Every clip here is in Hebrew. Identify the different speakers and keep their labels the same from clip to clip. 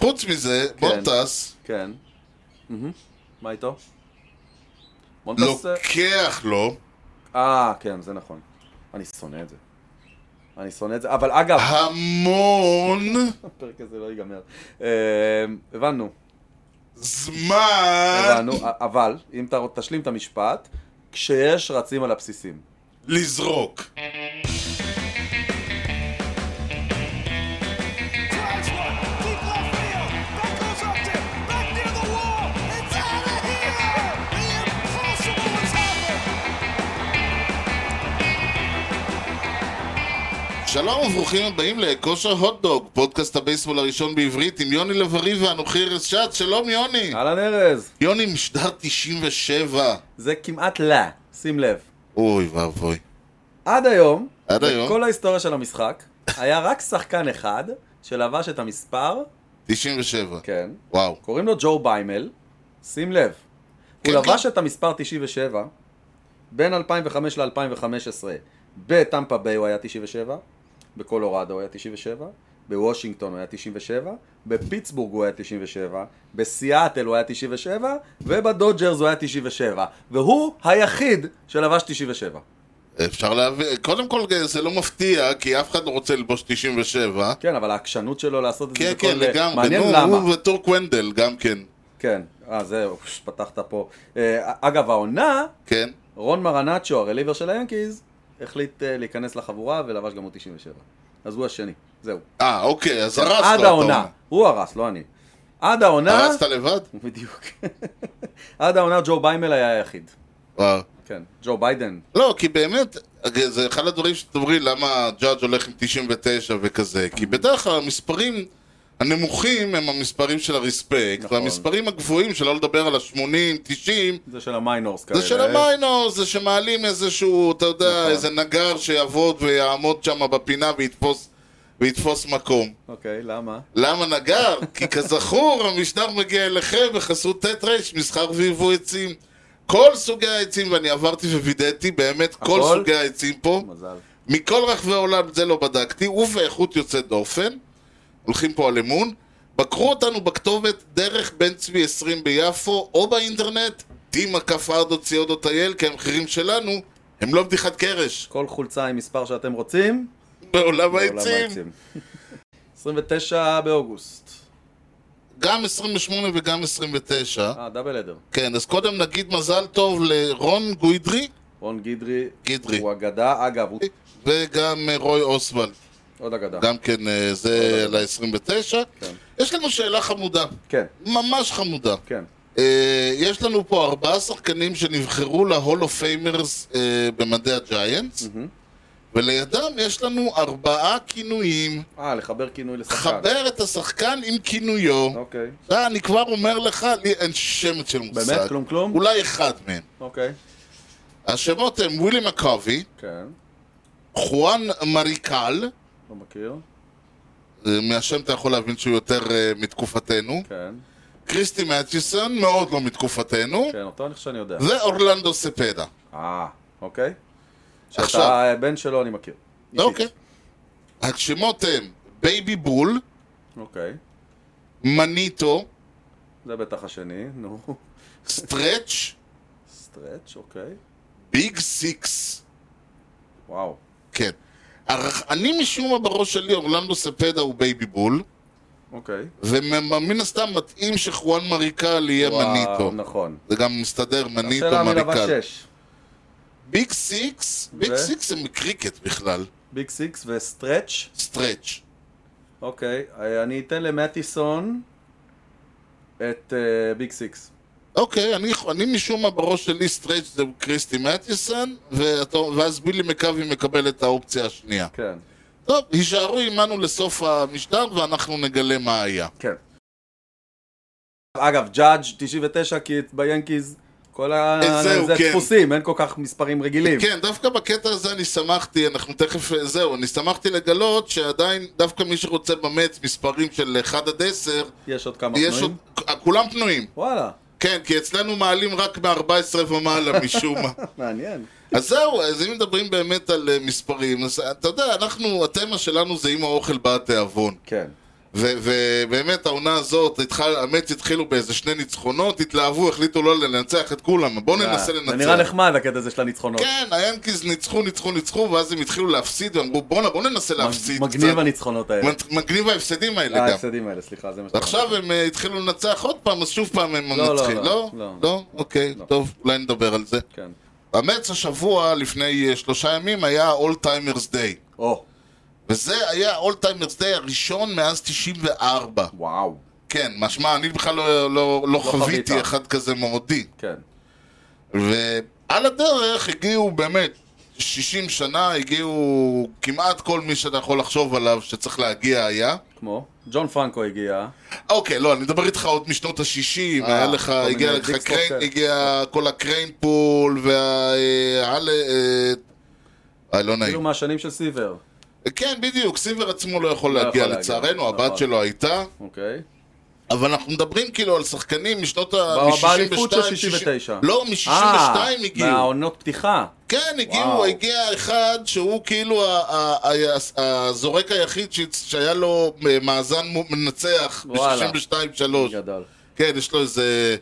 Speaker 1: חוץ מזה, בונטס
Speaker 2: כן. מהמם. מה איתו?
Speaker 1: לא.
Speaker 2: מונטס... אה,
Speaker 1: לוקח לו,
Speaker 2: אה, כן, זה נכון. אני שונא את זה. אני שונא את זה, אבל אגב,
Speaker 1: אה. המון
Speaker 2: הפרק הזה לא ייגמר. אה, הבנו,
Speaker 1: זמן
Speaker 2: הבנו, א- אבל, אם אתה רוצ- תשלים את המשפט, כשיש רצים על הבסיסים.
Speaker 1: לזרוק.
Speaker 3: Drives one, deep left field. That goes up to, back near the wall. It's out of here. The impossible has happened.
Speaker 1: שלום וברוכים הבאים לכושר הוטדוג, פודקאסט הבייסבול הראשון בעברית עם יוני לב-ארי ואנוכי ארז שץ, שלום יוני!
Speaker 2: אהלן ארז,
Speaker 1: יוני משדר 97.
Speaker 2: זה כמעט לא, שים לב.
Speaker 1: אוי ואבוי.
Speaker 2: עד היום,
Speaker 1: עד היום,
Speaker 2: כל ההיסטוריה של המשחק, היה רק שחקן אחד שלבש את המספר,
Speaker 1: 97.
Speaker 2: כן,
Speaker 1: וואו.
Speaker 2: קוראים לו ג'ו ביימל, שים לב,
Speaker 1: כן,
Speaker 2: הוא לבש את המספר 97, בין 2005 ל-2015, בטמפה ביי הוא היה 97, בקולורדו הוא היה 97, בוושינגטון הוא היה 97, בפיטסבורג הוא היה 97, בסיאטל הוא היה 97, ובדודג'רס הוא היה 97, והוא היחיד שלבש 97.
Speaker 1: אפשר להבין, קודם כל זה לא מפתיע, כי אף אחד לא רוצה ללבוש 97.
Speaker 2: כן, אבל העקשנות שלו לעשות את
Speaker 1: כן,
Speaker 2: זה,
Speaker 1: כן,
Speaker 2: בכל-
Speaker 1: לגמרי.
Speaker 2: מעניין
Speaker 1: נו,
Speaker 2: למה.
Speaker 1: הוא וטורק ונדל גם כן.
Speaker 2: כן, אה זהו, פש, פתחת פה. אה, אגב, העונה,
Speaker 1: כן.
Speaker 2: רון מרנצ'ו, הרליבר של היאנקיז, החליט אה, להיכנס לחבורה ולבש גם הוא 97. אז הוא השני, זהו.
Speaker 1: אה, אוקיי, אז הרסת
Speaker 2: כן, עד
Speaker 1: אותו.
Speaker 2: העונה. אה? הוא הרס, לא אני. עד העונה...
Speaker 1: הרסת לבד?
Speaker 2: בדיוק. עד העונה ג'ו ביימל היה היחיד.
Speaker 1: וואו.
Speaker 2: כן, ג'ו ביידן.
Speaker 1: לא, כי באמת, זה אחד הדברים שתדברי למה ג'אדג' הולך עם 99 וכזה. כי
Speaker 2: נכון.
Speaker 1: בדרך כלל המספרים הנמוכים הם המספרים של הרספקט,
Speaker 2: נכון.
Speaker 1: והמספרים הגבוהים, שלא לדבר על ה-80, 90,
Speaker 2: זה של המיינורס כאלה.
Speaker 1: זה של המיינור, זה שמעלים איזשהו, אתה יודע,
Speaker 2: כן. נכון.
Speaker 1: איזה נגר שיעבוד ויעמוד שם בפינה ויתפוס, ויתפוס מקום.
Speaker 2: אוקיי, למה?
Speaker 1: למה נגר? כי כזכור, המשדר מגיע אליכם בחסות ט' ר', מסחר ויבוא עצים. כל סוגי העצים, ואני עברתי ווידאתי באמת כל
Speaker 2: הכל?
Speaker 1: סוגי העצים פה,
Speaker 2: מזל.
Speaker 1: מכל רחבי העולם, את זה לא בדקתי, ובאיכות יוצאת דופן, הולכים פה על אמון. בקרו אותנו בכתובת דרך בן צבי 20 ביפו, או באינטרנט, d.co.il, כי המחירים שלנו הם לא בדיחת קרש,
Speaker 2: כל חולצה עם מספר שאתם רוצים,
Speaker 1: בעולם
Speaker 2: בעולם
Speaker 1: העצים.
Speaker 2: העצים. 29 באוגוסט.
Speaker 1: גם 28 וגם 29.
Speaker 2: אה, דאבל אדר.
Speaker 1: כן, אז קודם נגיד מזל טוב לרון גוידרי
Speaker 2: רון גידרי,
Speaker 1: גידרי.
Speaker 2: הוא אגדה, אגב, הוא
Speaker 1: וגם אה, רוי אוסוולד,
Speaker 2: עוד אגדה.
Speaker 1: גם כן אה, זה ל-29.
Speaker 2: כן.
Speaker 1: יש לנו שאלה חמודה,
Speaker 2: כן,
Speaker 1: ממש חמודה.
Speaker 2: כן.
Speaker 1: אה, יש לנו פה ארבעה שחקנים שנבחרו להול אוף פיימרס במדי אה, הג'יינטס,
Speaker 2: מהמם.
Speaker 1: ולידם יש לנו ארבעה כינויים.
Speaker 2: אה, לחבר כינוי לשחקן.
Speaker 1: חבר את השחקן עם כינויו.
Speaker 2: אוקיי.
Speaker 1: אה, אני כבר אומר לך, לי אין שמץ של מושג.
Speaker 2: באמת? כלום כלום?
Speaker 1: אולי אחד מהם.
Speaker 2: אוקיי.
Speaker 1: השמות הם ווילי מקאבי,
Speaker 2: כן,
Speaker 1: חואן מריקל,
Speaker 2: לא מכיר.
Speaker 1: אה, מהשם אתה יכול להבין שהוא יותר אה, מתקופתנו,
Speaker 2: כן,
Speaker 1: קריסטי מאצ'יסון, מאוד לא מתקופתנו,
Speaker 2: כן, אותו אני חושב שאני יודע.
Speaker 1: ואורלנדו ספדה.
Speaker 2: אה, אוקיי.
Speaker 1: עכשיו.
Speaker 2: שאתה אה, בן שלו אני מכיר. אישית.
Speaker 1: אוקיי. השמות הם בייבי בול,
Speaker 2: אוקיי.
Speaker 1: מניטו,
Speaker 2: זה בטח השני, נו.
Speaker 1: סטרץ',
Speaker 2: סטרץ', אוקיי.
Speaker 1: ביג סיקס.
Speaker 2: וואו.
Speaker 1: כן. הר- אני משום מה בראש שלי, אורלנדו ספדה הוא בייבי בול,
Speaker 2: אוקיי.
Speaker 1: ומן הסתם מתאים שחואן מריקל יהיה
Speaker 2: וואו,
Speaker 1: כן, מניטו.
Speaker 2: נכון.
Speaker 1: זה גם מסתדר, מניטו,
Speaker 2: השאלה מי לבש
Speaker 1: מריקל.
Speaker 2: שש.
Speaker 1: ביג סיקס? ביג
Speaker 2: ו?
Speaker 1: סיקס זה מקריקט בכלל,
Speaker 2: ביג סיקס וסטרץ'.
Speaker 1: סטרץ'.
Speaker 2: אוקיי. אה, אני אתן למטיסון את אה, ביג סיקס.
Speaker 1: אוקיי, אני, אני משום מה בראש שלי סטרייט זה קריסטי מטיסון, ואתה- ואז בילי מקאבי מקבל את האופציה השנייה.
Speaker 2: כן.
Speaker 1: טוב, הישארו עמנו לסוף המשדר ואנחנו נגלה מה היה.
Speaker 2: כן. אגב, ג'אדג' 99, כי ביאנקיז, כל ה...
Speaker 1: אה, זהו,
Speaker 2: זה
Speaker 1: כן.
Speaker 2: דפוסים, אין כל כך מספרים רגילים.
Speaker 1: כן, דווקא בקטע הזה אני שמחתי, אנחנו תכף, אה, זהו, אני שמחתי לגלות שעדיין, דווקא מי שרוצה במץ מספרים של 1 עד 10,
Speaker 2: יש עוד כמה
Speaker 1: יש עוד,
Speaker 2: לא פנויים.
Speaker 1: כולם פנויים.
Speaker 2: וואלה,
Speaker 1: כן, כי אצלנו מעלים רק מ-14 ומעלה משום מה.
Speaker 2: מעניין.
Speaker 1: אז זהו, אז אם מדברים אה, באמת על אה, מספרים, אז אתה יודע, אנחנו, התמה שלנו זה אם האוכל בא התיאבון.
Speaker 2: כן.
Speaker 1: ו- ובאמת העונה הזאת, התחל, המץ התחילו באיזה שני ניצחונות, התלהבו, החליטו לא לנצח את כולם, בואו ננסה לנצח.
Speaker 2: אה, זה נראה נחמד הקטע הזה של הניצחונות.
Speaker 1: כן, היאנקיז ניצחו, ניצחו, ניצחו, ואז הם התחילו להפסיד, ואמרו בואנה, בואו ננסה להפסיד
Speaker 2: מגניב הניצחונות האלה. אה,
Speaker 1: קצת. מגניב ההפסדים האלה גם.
Speaker 2: ההפסדים האלה, סליחה, זה מה שאתה אומר.
Speaker 1: עכשיו הם אה, התחילו לנצח עוד פעם, אז שוב פעם הם
Speaker 2: לא,
Speaker 1: מנצחים.
Speaker 2: לא,
Speaker 1: לא?
Speaker 2: לא.
Speaker 1: לא? אוקיי,
Speaker 2: לא.
Speaker 1: טוב, אולי נדבר על זה.
Speaker 2: כן.
Speaker 1: המץ השבוע, לפני אה, שלושה ימים, היה All Timers Day.
Speaker 2: או,
Speaker 1: וזה היה All Timers Day הראשון מאז 94.
Speaker 2: וואו.
Speaker 1: כן, משמע, אני בכלל לא, לא, לא
Speaker 2: חווית.
Speaker 1: חוויתי אחד כזה מעודי.
Speaker 2: כן.
Speaker 1: ועל הדרך הגיעו באמת 60 שנה, הגיעו כמעט כל מי שאתה יכול לחשוב עליו שצריך להגיע היה.
Speaker 2: כמו? ג'ון פרנקו הגיע. כאילו
Speaker 1: אוקיי, לא, אני מדבר איתך עוד משנות ה-60,
Speaker 2: אה,
Speaker 1: היה לך,
Speaker 2: כל מיני
Speaker 1: הגיע לך
Speaker 2: דיקסטרופ
Speaker 1: קריין,
Speaker 2: כאלה.
Speaker 1: הגיע כל הקריין פול, וה... אה, הל- אה, אה, לא
Speaker 2: כאילו
Speaker 1: נעים.
Speaker 2: מהשנים של סיבר.
Speaker 1: כן, בדיוק, סיבר עצמו לא יכול
Speaker 2: לא
Speaker 1: להגיע
Speaker 2: יכול להגיע,
Speaker 1: לצערנו,
Speaker 2: נכון.
Speaker 1: הבת שלו הייתה,
Speaker 2: אוקיי.
Speaker 1: אבל אנחנו מדברים כאילו על שחקנים משנות ה...
Speaker 2: באו-
Speaker 1: מ-
Speaker 2: באליפות של
Speaker 1: 62,
Speaker 2: 69.
Speaker 1: לא, מ-62
Speaker 2: אה,
Speaker 1: הגיעו.
Speaker 2: מהעונות פתיחה.
Speaker 1: כן, הגיעו,
Speaker 2: וואו.
Speaker 1: הגיע אחד שהוא כאילו ה- ה- ה- הזורק היחיד ש- שהיה לו אה, מאזן מו- מנצח
Speaker 2: וואלה.
Speaker 1: ב-62-3.
Speaker 2: גדול.
Speaker 1: כן, יש לו איזה...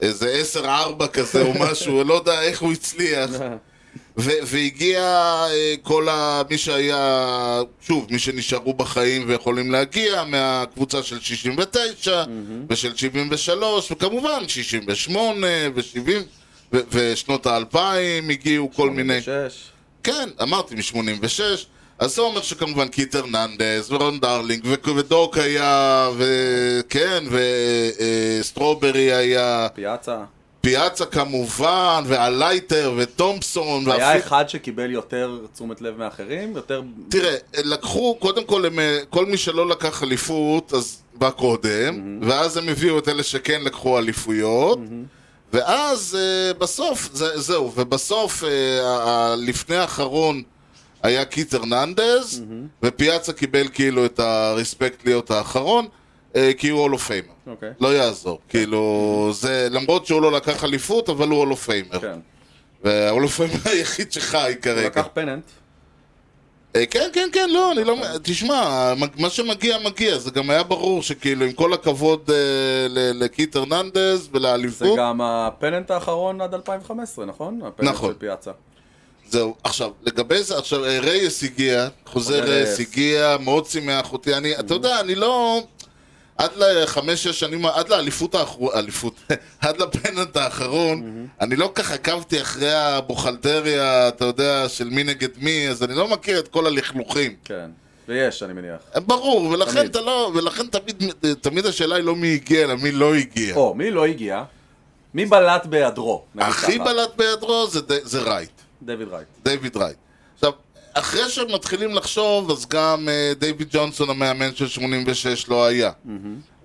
Speaker 1: איזה 10-4 כזה או משהו, לא יודע איך הוא הצליח. ו- והגיע אה, כל ה... מי שהיה, שוב, מי שנשארו בחיים ויכולים להגיע מהקבוצה של 69 ושל 73 וכמובן 68 ו-70 ו- ושנות האלפיים הגיעו כל מיני...
Speaker 2: שש.
Speaker 1: כן, אמרתי מ-86 אז זה אומר שכמובן קיטר ננדס ורון דרלינג ו- ודוק היה כן, וכן וסטרוברי אה, היה
Speaker 2: פיאצה.
Speaker 1: פיאצה כמובן והלייטר וטומפסון
Speaker 2: היה
Speaker 1: ואפילו-
Speaker 2: אחד שקיבל יותר תשומת לב מאחרים? יותר...
Speaker 1: תראה, לקחו, קודם כל, הם, אה, כל מי שלא לקח אליפות, אז בא קודם, ואז הם הביאו את אלה שכן לקחו אליפויות, ואז אה, בסוף, זה, זהו, ובסוף, אה, ה- ה- לפני האחרון היה קיט הרננדז, ופיאצה קיבל כאילו את הרספקט להיות האחרון, אה, כי הוא הולו פיימר.
Speaker 2: אוקיי.
Speaker 1: לא יעזור, כאילו, זה, למרות שהוא לא לקח אליפות, אבל הוא הולו פיימר.
Speaker 2: כן.
Speaker 1: וההולו פיימר היחיד שחי
Speaker 2: הוא
Speaker 1: כרגע.
Speaker 2: לקח פננט.
Speaker 1: אה, כן, כן, כן, לא, אני לא... תשמע, מג- מה שמגיע, מגיע. זה גם היה ברור שכאילו, עם כל הכבוד אה, ל- לקיט הרננדז
Speaker 2: זה
Speaker 1: ולאליפות,
Speaker 2: גם הפננט האחרון עד 2015, נכון? הפננט
Speaker 1: נכון.
Speaker 2: של פיאצה.
Speaker 1: זהו. עכשיו, לגבי זה, עכשיו, אה, רייס הגיע, חוזר
Speaker 2: חוזר
Speaker 1: רייס
Speaker 2: רייס.
Speaker 1: הגיע, מאוד שימח אותי. אני,
Speaker 2: אוקיי.
Speaker 1: אתה יודע, אני לא... עד לחמש, שש שנים, עד לאליפות האחרונה, אליפות, עד לפננט האחרון, אני לא ככה עקבתי אחרי הבוכלטריה, אתה יודע, של מי נגד מי, אז אני לא מכיר את כל הלכלוכים.
Speaker 2: כן. ויש, אני מניח.
Speaker 1: ברור, ולכן
Speaker 2: תמיד.
Speaker 1: אתה לא, ולכן תמיד, תמיד השאלה היא לא מי הגיע, אלא מי לא הגיע.
Speaker 2: או, מי לא הגיע? מי בלט בהיעדרו? נגיד
Speaker 1: הכי
Speaker 2: ככה.
Speaker 1: בלט בהיעדרו זה, ד- זה רייט,
Speaker 2: דיוויד רייט.
Speaker 1: דיוויד רייט. עכשיו, אחרי שמתחילים לחשוב, אז גם uh, דיוויד ג'ונסון, המאמן של 86, לא היה.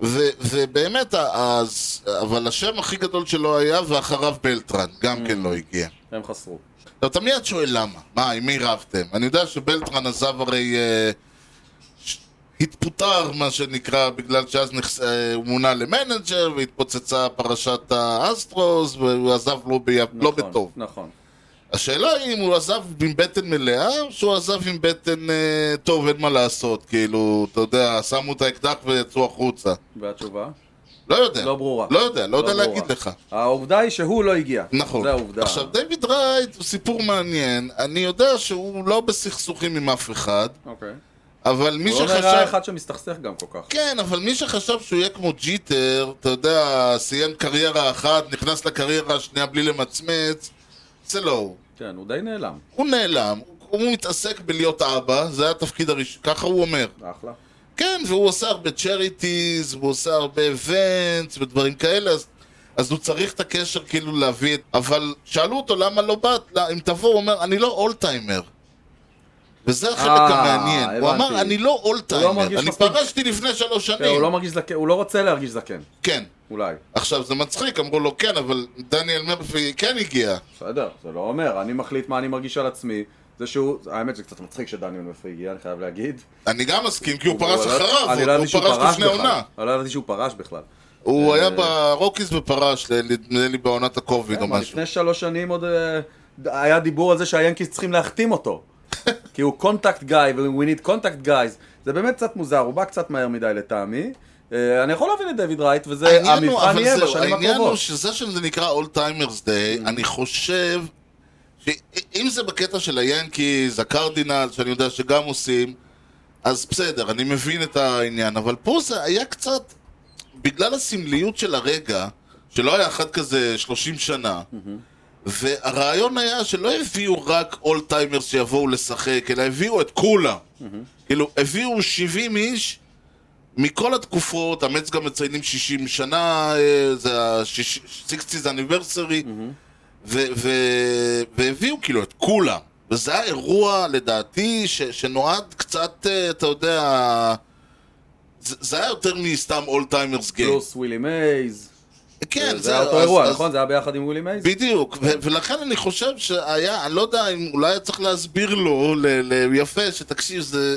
Speaker 1: ו- ובאמת, ה- אז, אבל השם הכי גדול שלו היה, ואחריו בלטרן, גם כן לא הגיע.
Speaker 2: הם חסרו.
Speaker 1: עכשיו, אתה מיד לא, שואל למה. מה, עם מי רבתם? אני יודע שבלטרן עזב הרי... אה, ש- התפוטר, מה שנקרא, בגלל שאז נכס... אה, הוא מונה למנג'ר, והתפוצצה פרשת האסטרוס, והוא עזב לא, ב... נכון. לא
Speaker 2: נכון,
Speaker 1: בטוב.
Speaker 2: נכון.
Speaker 1: השאלה היא אם הוא עזב עם בטן מלאה, או שהוא עזב עם בטן אה, טוב, אין מה לעשות. כאילו, אתה יודע, שמו את האקדח ויצאו החוצה.
Speaker 2: והתשובה?
Speaker 1: לא יודע.
Speaker 2: לא ברורה.
Speaker 1: לא יודע, לא, יודע
Speaker 2: ברורה.
Speaker 1: להגיד לך.
Speaker 2: העובדה היא שהוא לא הגיע.
Speaker 1: נכון.
Speaker 2: זה העובדה.
Speaker 1: עכשיו, דיוויד רייט הוא סיפור מעניין. אני יודע שהוא לא בסכסוכים עם אף אחד,
Speaker 2: אוקיי.
Speaker 1: אבל מי
Speaker 2: הוא לא
Speaker 1: שחשב...
Speaker 2: נראה אחד שמסתכסך גם כל כך.
Speaker 1: כן, אבל מי שחשב שהוא יהיה כמו ג'יטר, אתה יודע, סיים קריירה אחת, נכנס לקריירה השנייה בלי למצמץ, זה לא הוא.
Speaker 2: כן, הוא די נעלם.
Speaker 1: הוא נעלם, הוא מתעסק בלהיות אבא, זה התפקיד הראשון, ככה הוא אומר.
Speaker 2: אחלה.
Speaker 1: כן, והוא עושה הרבה צ'ריטיז, הוא עושה הרבה ונטס ודברים כאלה, אז, אז הוא צריך את הקשר כאילו להביא את... אבל שאלו אותו למה לא באת, לא, אם תבוא, הוא אומר, אני לא אולטיימר. וזה החלק
Speaker 2: אה,
Speaker 1: המעניין. הוא
Speaker 2: הבנתי.
Speaker 1: אמר, אני לא אולטיימר,
Speaker 2: מרגיש
Speaker 1: אני
Speaker 2: מספיק.
Speaker 1: פרשתי לפני שלוש
Speaker 2: כן, הוא
Speaker 1: שנים.
Speaker 2: לא מרגיש זקן, הוא לא רוצה להרגיש זקן.
Speaker 1: כן.
Speaker 2: אולי.
Speaker 1: עכשיו, זה מצחיק, אמרו לו כן, אבל דניאל מרפי כן הגיע.
Speaker 2: בסדר, זה לא אומר. אני מחליט מה אני מרגיש על עצמי. זה שהוא, האמת זה קצת מצחיק שדניאל מפרי הגיע, אני חייב להגיד.
Speaker 1: אני גם מסכים, כי הוא פרש
Speaker 2: לא-
Speaker 1: אחריו,
Speaker 2: אני
Speaker 1: הוא
Speaker 2: לא
Speaker 1: הוא
Speaker 2: ידעתי שהוא
Speaker 1: פרש
Speaker 2: פרש
Speaker 1: לפני עונה.
Speaker 2: בכלל. אה, אני לא ידעתי שהוא פרש בכלל.
Speaker 1: הוא היה ברוקיס ופרש, ל- נדמה לי בעונת הקוביד או
Speaker 2: אבל
Speaker 1: משהו.
Speaker 2: אה, לפני שלוש שנים עוד אה, היה דיבור על זה שהיאנקיס צריכים להחתים אותו. כי הוא קונטקט גיא, ו- we need contact guys. זה באמת קצת מוזר, הוא בא קצת מהר מדי לטעמי. אה, אני יכול להבין את דיוויד רייט, וזה
Speaker 1: העניין הוא-
Speaker 2: המבחן
Speaker 1: אבל
Speaker 2: יהיה
Speaker 1: זהו,
Speaker 2: בשנים
Speaker 1: העניין הוא
Speaker 2: הקרובות. Mm.
Speaker 1: שזה שזה נקרא All Timers Day, אני חושב, שאם זה בקטע של היאנקיז, הקרדינל, שאני יודע שגם עושים, אז בסדר, אני מבין את העניין, אבל פה זה היה קצת, בגלל הסמליות של הרגע, שלא היה אחד כזה 30 שנה, והרעיון היה שלא הביאו רק אול טיימרס שיבואו לשחק, אלא הביאו את כולם. כאילו, הביאו 70 איש מכל התקופות, המץ גם מציינים 60 שנה, אה, זה ה-60's anniversary, ו- ו- והביאו כאילו את כולם. וזה היה אירוע, לדעתי, ש- שנועד קצת, אה, אתה יודע, זה זה היה יותר מסתם אול טיימרס גיים.
Speaker 2: פלוס ווילי מייז.
Speaker 1: כן,
Speaker 2: זה היה אותו
Speaker 1: אז-
Speaker 2: אירוע,
Speaker 1: אז-
Speaker 2: נכון? זה היה ביחד עם ווילי מייז?
Speaker 1: בדיוק, ו- ולכן אני חושב שהיה, אני לא יודע אם אולי היה צריך להסביר לו, ל- ל- יפה, שתקשיב, זה,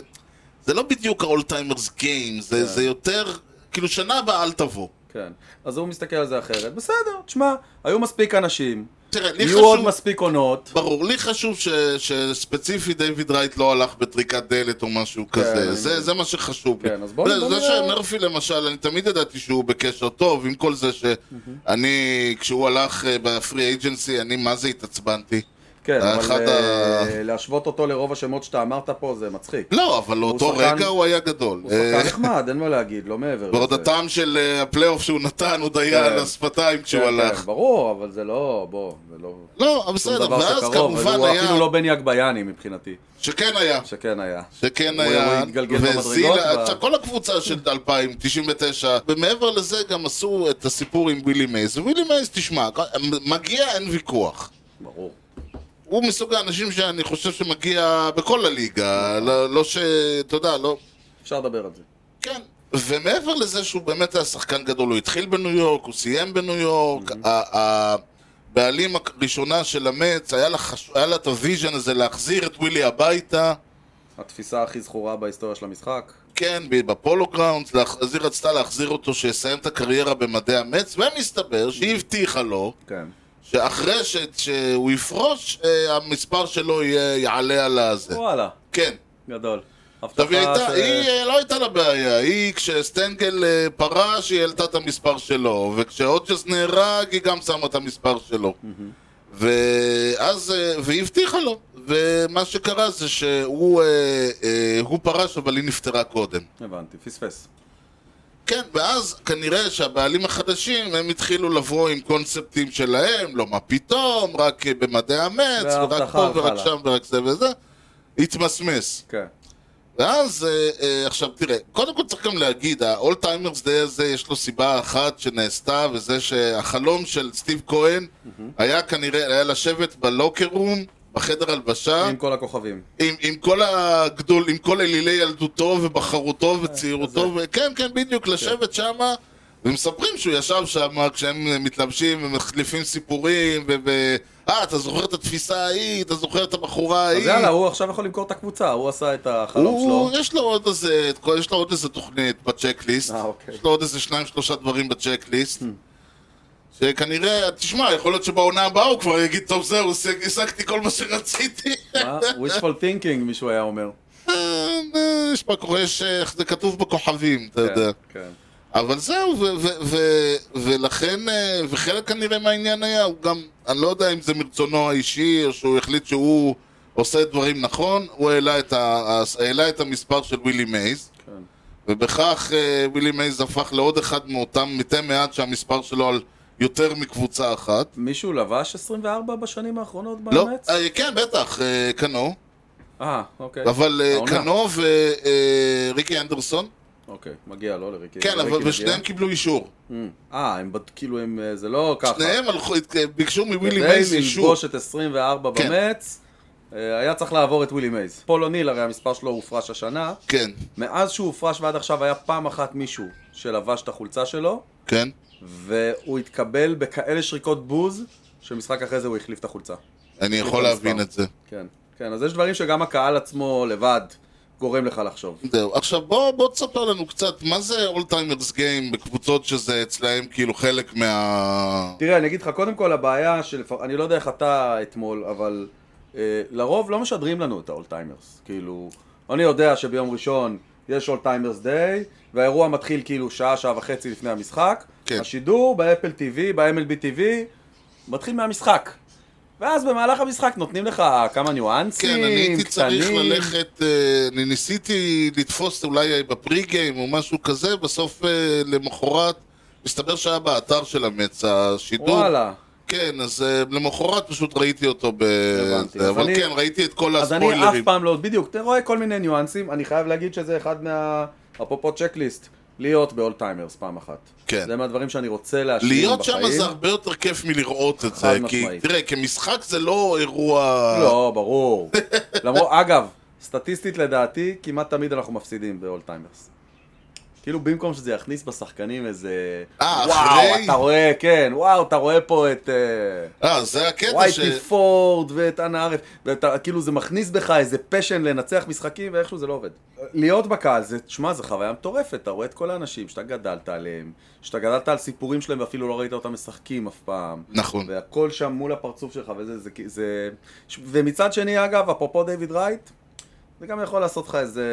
Speaker 1: זה לא בדיוק ה-all timers game, זה, זה יותר, כאילו שנה הבאה אל תבוא.
Speaker 2: כן. אז הוא מסתכל על זה אחרת. בסדר, תשמע, היו מספיק אנשים,
Speaker 1: תראה, לי
Speaker 2: יהיו עוד
Speaker 1: חשוב,
Speaker 2: מספיק עונות.
Speaker 1: ברור, לי חשוב ש, שספציפית דיוויד רייט לא הלך בטריקת דלת או משהו
Speaker 2: כן, אני-
Speaker 1: כזה, זה, זה מה שחשוב לי.
Speaker 2: כן, אז בואו
Speaker 1: זה-
Speaker 2: נדבר-
Speaker 1: זה שמרפי למשל, אני תמיד ידעתי שהוא בקשר טוב, עם כל זה שאני, כשהוא הלך אה, בפרי אייג'נסי, אני מה זה התעצבנתי.
Speaker 2: כן,
Speaker 1: אחד
Speaker 2: אבל אה,
Speaker 1: ה-
Speaker 2: להשוות אותו לרוב השמות שאתה אמרת פה זה מצחיק.
Speaker 1: לא, אבל לאותו
Speaker 2: שחקן-
Speaker 1: רגע הוא היה גדול.
Speaker 2: הוא
Speaker 1: אה,
Speaker 2: שחקן נחמד, אין מה להגיד, לא מעבר
Speaker 1: ועוד
Speaker 2: לזה.
Speaker 1: הטעם של אה, הפלייאוף שהוא נתן עוד היה
Speaker 2: כן.
Speaker 1: על השפתיים כשהוא
Speaker 2: כן, כן,
Speaker 1: הלך.
Speaker 2: ברור, אבל זה לא, בוא, זה לא...
Speaker 1: לא, אבל
Speaker 2: שום
Speaker 1: בסדר,
Speaker 2: דבר
Speaker 1: ואז
Speaker 2: שקרוב,
Speaker 1: כמובן
Speaker 2: הוא
Speaker 1: היה,
Speaker 2: אפילו לא בני אגבייני מבחינתי,
Speaker 1: שכן היה,
Speaker 2: שכן היה.
Speaker 1: שכן
Speaker 2: הוא
Speaker 1: היה,
Speaker 2: התגלגל במדרגות, ב-
Speaker 1: עכשיו כל הקבוצה של 2099, ומעבר לזה גם עשו את הסיפור עם ווילי מייז, ווילי מייז, תשמע, מגיע אין ויכוח.
Speaker 2: ברור.
Speaker 1: הוא מסוג האנשים שאני חושב שמגיע בכל הליגה, לא לא ש... אתה יודע, לא...
Speaker 2: אפשר לדבר על זה.
Speaker 1: כן, ומעבר לזה שהוא באמת היה שחקן גדול, הוא התחיל בניו יורק, הוא סיים בניו יורק, ה- ה- הבעלים הראשונה של המץ, היה לה חש- היה לה את הוויז'ן הזה להחזיר את ווילי הביתה,
Speaker 2: התפיסה הכי זכורה בהיסטוריה של המשחק.
Speaker 1: כן, ב- בפולו גראונדס, להח- אז היא רצתה להחזיר אותו שיסיים את הקריירה במדעי המץ, ומסתבר שהיא הבטיחה לו
Speaker 2: כן.
Speaker 1: שאחרי ש- שהוא יפרוש, אה, המספר שלו יהיה- יעלה על הזה.
Speaker 2: וואלה,
Speaker 1: כן.
Speaker 2: גדול.
Speaker 1: עכשיו היא הייתה,
Speaker 2: ש-
Speaker 1: היא אה, לא הייתה לה בעיה, היא כשסטנגל אה, פרש היא העלתה את המספר שלו, וכשהודג'ס נהרג היא גם שמה את המספר שלו. ואז, אה, והיא הבטיחה לו, ומה שקרה זה שהוא אה, אה, הוא פרש אבל היא נפטרה קודם.
Speaker 2: הבנתי, פספס.
Speaker 1: כן, ואז כנראה שהבעלים החדשים, הם התחילו לבוא עם קונספטים שלהם, לא מה פתאום, רק אה, במדעי המץ, ורק
Speaker 2: וההבטחה
Speaker 1: פה ורק
Speaker 2: הלכה לה.
Speaker 1: שם ורק זה וזה, התמסמס.
Speaker 2: כן.
Speaker 1: ואז, אה, אה, עכשיו תראה, קודם כל צריך גם להגיד, ה-all timers day הזה יש לו סיבה אחת שנעשתה, וזה שהחלום של סטיב כהן היה כנראה, היה לשבת בלוקר רום, בחדר הלבשה,
Speaker 2: עם כל הכוכבים.
Speaker 1: עם, עם כל הגדול, עם כל אלילי ילדותו ובחרותו
Speaker 2: אה,
Speaker 1: וצעירותו, ו... כן, כן, בדיוק, לשבת שמה, ומספרים שהוא ישב שמה כשהם אה, מתלבשים ומחליפים סיפורים, ו... ו- אה, אתה זוכר את התפיסה ההיא, אתה זוכר את הבחורה ההיא.
Speaker 2: אז יאללה, הוא עכשיו יכול למכור את הקבוצה, הוא עשה את החלום
Speaker 1: הוא,
Speaker 2: שלו.
Speaker 1: יש לו עוד איזה, יש לו עוד איזה תוכנית בצ'קליסט.
Speaker 2: אה, אוקיי.
Speaker 1: יש לו עוד איזה שניים שלושה דברים בצ'קליסט.
Speaker 2: Hmm.
Speaker 1: שכנראה, תשמע, יכול להיות שבעונה הבאה הוא כבר יגיד, טוב זהו, השיג- השגתי כל מה שרציתי.
Speaker 2: מה? wishful thinking, מישהו היה אומר.
Speaker 1: אה, אה, יש מה קורה, יש, אה, זה כתוב בכוכבים, אתה יודע.
Speaker 2: כן, כן.
Speaker 1: אבל זהו, ו- ו- ו- ולכן, אה, וחלק כנראה מהעניין היה, הוא גם, אני לא יודע אם זה מרצונו האישי, או שהוא החליט שהוא עושה דברים נכון, הוא העלה את, ה- העלה את המספר של ווילי מייז,
Speaker 2: כן.
Speaker 1: ובכך אה, ווילי מייז הפך לעוד אחד מאותם מתי מעט שהמספר שלו על יותר מקבוצה אחת.
Speaker 2: מישהו לבש 24 בשנים האחרונות
Speaker 1: לא,
Speaker 2: באמץ?
Speaker 1: אה, כן, בטח, אה, קנו,
Speaker 2: אה, אוקיי.
Speaker 1: אבל אה,
Speaker 2: העונה.
Speaker 1: קנו וריקי אנדרסון,
Speaker 2: אוקיי, מגיע לא לריקי.
Speaker 1: כן,
Speaker 2: לריקי
Speaker 1: אבל
Speaker 2: מגיע.
Speaker 1: ושניהם קיבלו אישור.
Speaker 2: Mm. אה, הם בד- כאילו הם... אה, זה לא ככה.
Speaker 1: שניהם הלכו- הת- ביקשו מווילי
Speaker 2: כדי
Speaker 1: מייז אישור.
Speaker 2: ללבוש את 24
Speaker 1: כן.
Speaker 2: במץ, אה, היה צריך לעבור את ווילי מייז. פול אוניל, הרי המספר שלו הופרש השנה.
Speaker 1: כן,
Speaker 2: מאז שהוא הופרש ועד עכשיו היה פעם אחת מישהו שלבש את החולצה שלו,
Speaker 1: כן.
Speaker 2: והוא התקבל בכאלה שריקות בוז, שמשחק אחרי זה הוא החליף את החולצה.
Speaker 1: אני יכול
Speaker 2: המספר.
Speaker 1: להבין את זה.
Speaker 2: כן, כן, אז יש דברים שגם הקהל עצמו לבד גורם לך לחשוב.
Speaker 1: זהו. עכשיו בוא, בוא תספר לנו קצת, מה זה All Timers Game בקבוצות שזה אצלהם כאילו חלק מה...
Speaker 2: תראה, אני אגיד לך, קודם כל הבעיה של... אני לא יודע איך אתה אתמול, אבל אה, לרוב לא משדרים לנו את האולטיימרס. כאילו, אני יודע שביום ראשון יש אול טיימרס דיי, והאירוע מתחיל כאילו שעה, שעה וחצי לפני המשחק.
Speaker 1: כן.
Speaker 2: השידור באפל TV, ב-MLB TV, מתחיל מהמשחק. ואז במהלך המשחק נותנים לך כמה ניואנסים,
Speaker 1: כן, אני הייתי צריך
Speaker 2: קטנים.
Speaker 1: ללכת, אה, אני ניסיתי לתפוס אולי בפרי גיים או משהו כזה, בסוף אה, למחרת, מסתבר שהיה באתר של המץ השידור.
Speaker 2: וואלה.
Speaker 1: כן, אז אה, למחרת פשוט ראיתי אותו ב...
Speaker 2: הבנתי. אז
Speaker 1: אבל
Speaker 2: אני-
Speaker 1: כן, ראיתי את כל
Speaker 2: אז אני אף
Speaker 1: הספוילרים.
Speaker 2: פעם לא, בדיוק, אתה רואה כל מיני ניואנסים, אני חייב להגיד שזה אחד מה... אפרופו צ'קליסט, להיות באולטיימרס פעם אחת.
Speaker 1: כן.
Speaker 2: זה מהדברים שאני רוצה להשאיר בחיים.
Speaker 1: להיות שם זה הרבה יותר כיף מלראות את זה,
Speaker 2: חד
Speaker 1: כי
Speaker 2: משמעית.
Speaker 1: תראה, כמשחק זה לא אירוע...
Speaker 2: לא, ברור. למרות, אגב, סטטיסטית לדעתי, כמעט תמיד אנחנו מפסידים באולטיימרס. כאילו במקום שזה יכניס בשחקנים איזה...
Speaker 1: אה,
Speaker 2: וואו,
Speaker 1: אחרי?
Speaker 2: אתה רואה, כן, וואו, אתה רואה פה את... אה,
Speaker 1: אה, זה הקטע ש...
Speaker 2: וייטי פורד ואת אנה ערף, ואתה כאילו זה מכניס בך איזה פשן לנצח משחקים ואיכשהו זה לא עובד. להיות בקהל, זה, שמע, זו חוויה מטורפת, אתה רואה את כל האנשים שאתה גדלת עליהם, שאתה גדלת על סיפורים שלהם ואפילו לא ראית אותם משחקים אף פעם.
Speaker 1: נכון.
Speaker 2: והכל שם מול הפרצוף שלך, וזה, זה, זה... ש- ומצד שני, אגב, אפרופו דיוויד רייט, זה גם יכול לעשות לך איזה,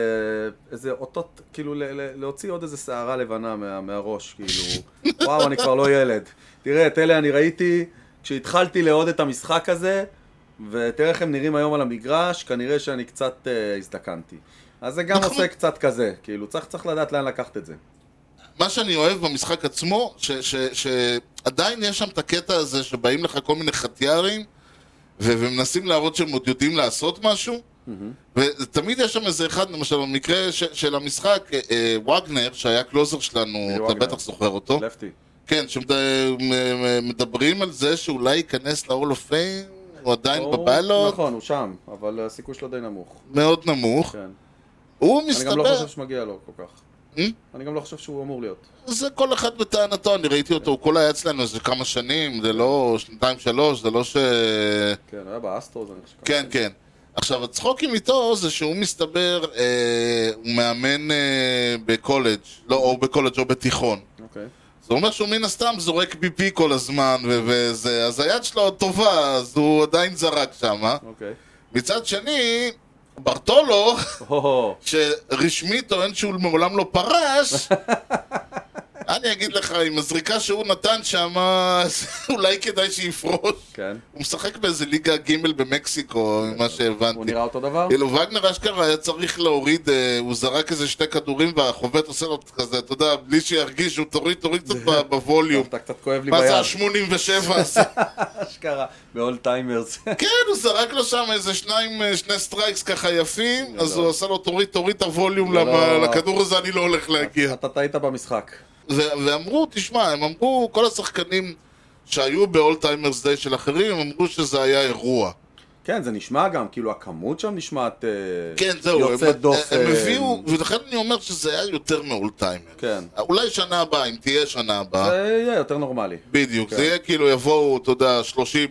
Speaker 2: איזה אותות, כאילו ל, ל, להוציא עוד איזה שערה לבנה מה, מהראש, כאילו, וואו, אני כבר לא ילד. תראה, את אלה אני ראיתי כשהתחלתי לאהוד את המשחק הזה, ותראה איך הם נראים היום על המגרש, כנראה שאני קצת אה, הזדקנתי. אז זה גם
Speaker 1: נכון.
Speaker 2: עושה קצת כזה, כאילו, צריך, צריך לדעת לאן לקחת את זה.
Speaker 1: מה שאני אוהב במשחק עצמו, ש- ש- שעדיין יש שם את הקטע הזה שבאים לך כל מיני חטיארים, ו- ומנסים להראות שהם עוד יודעים לעשות משהו, ותמיד יש שם איזה אחד, למשל במקרה ש- של המשחק, אה, אה, וגנר, שהיה קלוזר שלנו, אתה
Speaker 2: וגנר.
Speaker 1: בטח זוכר אותו,
Speaker 2: לפטי.
Speaker 1: כן, שמדברים על זה שאולי ייכנס ל-all of fame, הוא עדיין
Speaker 2: הוא-
Speaker 1: בבעלות,
Speaker 2: נכון, הוא שם, אבל הסיכוי שלו די נמוך.
Speaker 1: מאוד נמוך,
Speaker 2: כן.
Speaker 1: הוא
Speaker 2: אני גם לא
Speaker 1: מסתבר,
Speaker 2: חושב שמגיע לו כל כך.
Speaker 1: Hmm?
Speaker 2: אני גם לא חושב שהוא אמור להיות.
Speaker 1: זה כל אחד בטענתו, אני ראיתי אותו, הוא כל היה אצלנו איזה כמה שנים, זה לא שנתיים שלוש, זה לא ש...
Speaker 2: כן, הוא היה באסטרוס, אני חושב.
Speaker 1: כן, כן. עכשיו, הצחוקים איתו זה שהוא מסתבר, אה, הוא מאמן אה, בקולג', לא, או בקולג' או בתיכון.
Speaker 2: אוקיי.
Speaker 1: זה אומר שהוא מן הסתם זורק BP כל הזמן, ו- וזה, אז היד שלו עוד טובה, אז הוא עדיין זרק שמה.
Speaker 2: אוקיי.
Speaker 1: מצד שני, ברטולו,
Speaker 2: הו-הו.
Speaker 1: שרשמית טוען שהוא מעולם לא פרש, אני אגיד לך, עם הזריקה שהוא נתן שם, אז אולי כדאי שיפרוש.
Speaker 2: כן.
Speaker 1: הוא משחק באיזה ליגה ג' במקסיקו, ממה שהבנתי.
Speaker 2: הוא נראה אותו דבר?
Speaker 1: כאילו וגנר אשכרה היה צריך להוריד, אה, הוא זרק איזה שתי כדורים והחובט עושה לו כזה, אתה יודע, בלי שירגיש, הוא תוריד, תוריד קצת ב- בווליום.
Speaker 2: אתה קצת כואב לי
Speaker 1: מה זה
Speaker 2: ביד.
Speaker 1: ה-87 הזה?
Speaker 2: אשכרה. באולד טיימרס.
Speaker 1: כן, הוא זרק לו שם איזה שניים, אה, שני סטרייקס ככה יפים, אז
Speaker 2: גדול.
Speaker 1: הוא עשה לו, תוריד, תוריד את הווליום,
Speaker 2: גדול.
Speaker 1: למה- לכדור הזה אני לא הולך להגיע.
Speaker 2: אתה טעית במשחק.
Speaker 1: ו- ואמרו, תשמע, הם אמרו, כל השחקנים שהיו ב-all timers day של אחרים, הם אמרו שזה היה אירוע.
Speaker 2: כן, זה נשמע גם, כאילו הכמות שם נשמעת... אה,
Speaker 1: כן, זהו,
Speaker 2: יוצאת
Speaker 1: הם,
Speaker 2: דופן.
Speaker 1: הם הביאו, ולכן אני אומר שזה היה יותר מאולטיימר.
Speaker 2: כן.
Speaker 1: אולי שנה הבאה, אם תהיה שנה הבאה.
Speaker 2: זה יהיה יותר נורמלי.
Speaker 1: בדיוק,
Speaker 2: כן.
Speaker 1: זה יהיה כאילו יבואו, אתה יודע, 30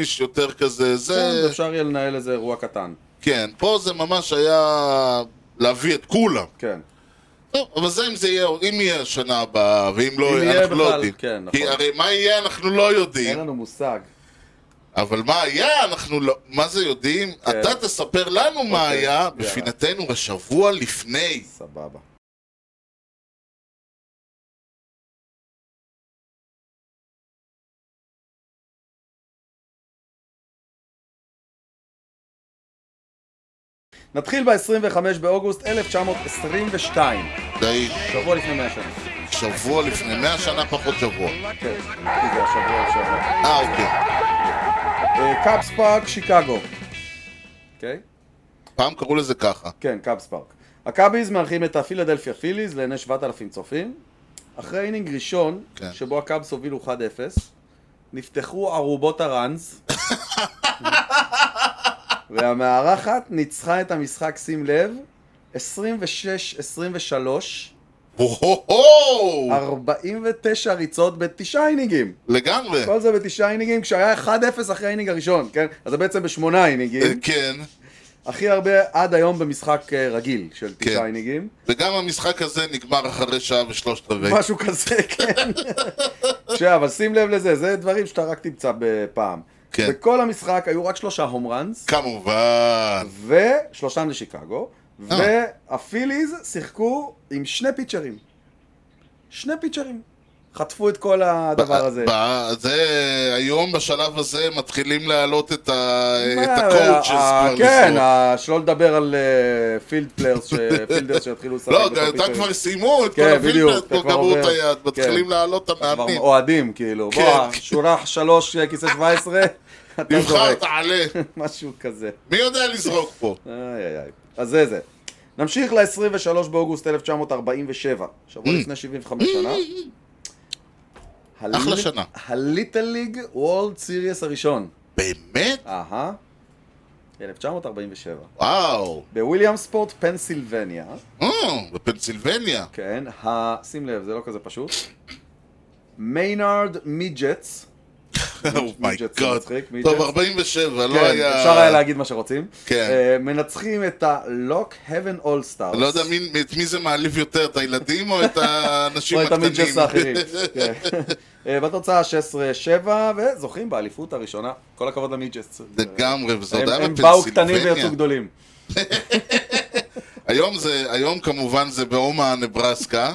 Speaker 1: איש, יותר כזה,
Speaker 2: כן,
Speaker 1: זה...
Speaker 2: אפשר יהיה לנהל איזה אירוע קטן.
Speaker 1: כן, פה זה ממש היה להביא את כולם.
Speaker 2: כן.
Speaker 1: טוב, לא, אבל זה אם זה יהיה, אם יהיה שנה הבאה, ואם לא,
Speaker 2: אם
Speaker 1: יהיה,
Speaker 2: יהיה
Speaker 1: אנחנו לא
Speaker 2: בכלל,
Speaker 1: יודעים.
Speaker 2: כן,
Speaker 1: כי
Speaker 2: נכון. כן.
Speaker 1: הרי מה יהיה, אנחנו לא
Speaker 2: אין
Speaker 1: יודעים.
Speaker 2: לנו מושג.
Speaker 1: אבל מה היה, אנחנו לא... מה זה יודעים?
Speaker 2: כן.
Speaker 1: אתה תספר לנו מה
Speaker 2: אוקיי,
Speaker 1: היה,
Speaker 2: יאללה.
Speaker 1: בפינתנו, השבוע לפני.
Speaker 2: סבבה. נתחיל ב-25 באוגוסט 1922,
Speaker 1: די,
Speaker 2: שבוע לפני 100 שנה.
Speaker 1: שבוע לפני, 100 שנה פחות שבוע.
Speaker 2: כן, כי זה השבוע שעבר.
Speaker 1: אה, אוקיי.
Speaker 2: אה, קאבס פארק, שיקגו. אוקיי?
Speaker 1: פעם קראו לזה ככה.
Speaker 2: כן, קאבס פארק. הקאביז מארחים את הפילדלפיה פיליז לעיני 7,000 צופים. אחרי אינינג ראשון,
Speaker 1: כן.
Speaker 2: כן. שבו הקאבס הובילו 1-0, נפתחו ערובות הראנס, והמארחת ניצחה את המשחק, שים לב, 26-23,
Speaker 1: הו-הו-הו!
Speaker 2: 49 ריצות בתשעה אינינגים.
Speaker 1: לגמרי.
Speaker 2: כל זה בתשעה אינינגים כשהיה 1-0 אחרי האינינג הראשון, כן? אז זה בעצם בשמונה
Speaker 1: אה,
Speaker 2: אינינגים.
Speaker 1: כן.
Speaker 2: הכי הרבה עד היום במשחק אה, רגיל של
Speaker 1: כן.
Speaker 2: תשעה אינינגים.
Speaker 1: וגם המשחק הזה נגמר אחרי שעה ושלושת רבעי.
Speaker 2: משהו כזה, כן. עכשיו, אבל שים לב לזה, זה דברים שאתה רק תמצא בפעם.
Speaker 1: כן.
Speaker 2: בכל המשחק היו רק שלושה הום ראנס,
Speaker 1: כמובן.
Speaker 2: ושלושתם לשיקגו,
Speaker 1: אה.
Speaker 2: והפיליז שיחקו עם שני פיצ'רים. שני פיצ'רים. חטפו את כל הדבר הזה.
Speaker 1: ב- זה, היום בשלב הזה מתחילים להעלות את ה- את
Speaker 2: מה,
Speaker 1: הקואוצ'ס
Speaker 2: ה-
Speaker 1: כבר
Speaker 2: כן,
Speaker 1: לזרוק.
Speaker 2: ה- שלא לדבר על אה, פילד פליירס, ש- פילדרס שיתחילו לשחק.
Speaker 1: לא,
Speaker 2: בתור
Speaker 1: אתה
Speaker 2: פיצ'רים.
Speaker 1: כבר סיימו את כל
Speaker 2: כן,
Speaker 1: הפילטר,
Speaker 2: בדיוק,
Speaker 1: כבר
Speaker 2: אתה כבר
Speaker 1: גמרו את
Speaker 2: עובר.
Speaker 1: היד, מתחילים
Speaker 2: כן.
Speaker 1: להעלות את
Speaker 2: כבר
Speaker 1: המאמנים.
Speaker 2: אוהדים, כאילו.
Speaker 1: כן,
Speaker 2: בוא,
Speaker 1: כן.
Speaker 2: שורה שלוש, אה, כיסא 17, אתה
Speaker 1: נבחר,
Speaker 2: זורק.
Speaker 1: תעלה.
Speaker 2: משהו כזה.
Speaker 1: מי יודע לזרוק פה?
Speaker 2: איי איי איי. אז זה זה. נמשיך ל-23 באוגוסט 1947,
Speaker 1: Mm.
Speaker 2: שבוע לפני 75 שנה.
Speaker 1: אחלה שנה.
Speaker 2: הליטל ליג וולד סיריוס הראשון.
Speaker 1: באמת?
Speaker 2: אהה. 1947.
Speaker 1: וואו.
Speaker 2: בוויליאמספורט, פנסילבניה.
Speaker 1: אה, בפנסילבניה.
Speaker 2: כן, ה... שים לב, זה לא כזה פשוט. מיינארד מידג'טס. מידג'טס זה
Speaker 1: אומייגוד.
Speaker 2: מצחיק,
Speaker 1: טוב,
Speaker 2: מידג'טס.
Speaker 1: 47, לא
Speaker 2: כן,
Speaker 1: היה...
Speaker 2: אפשר היה להגיד מה שרוצים.
Speaker 1: כן.
Speaker 2: אה, מנצחים את הלוק האבן אול סטארס.
Speaker 1: לא יודע מי- את מי זה מעליב יותר, את הילדים או את האנשים
Speaker 2: או את
Speaker 1: הקטנים?
Speaker 2: המידג'ס האחרים. כן. אה, בתוצאה 16-7, וזוכים באליפות הראשונה. כל הכבוד למידג'ס.
Speaker 1: לגמרי, וזה
Speaker 2: הם
Speaker 1: עוד היה
Speaker 2: הם באו קטנים
Speaker 1: בפנסילבניה.
Speaker 2: ויצאו גדולים.
Speaker 1: היום זה, היום כמובן זה באומה נברסקה,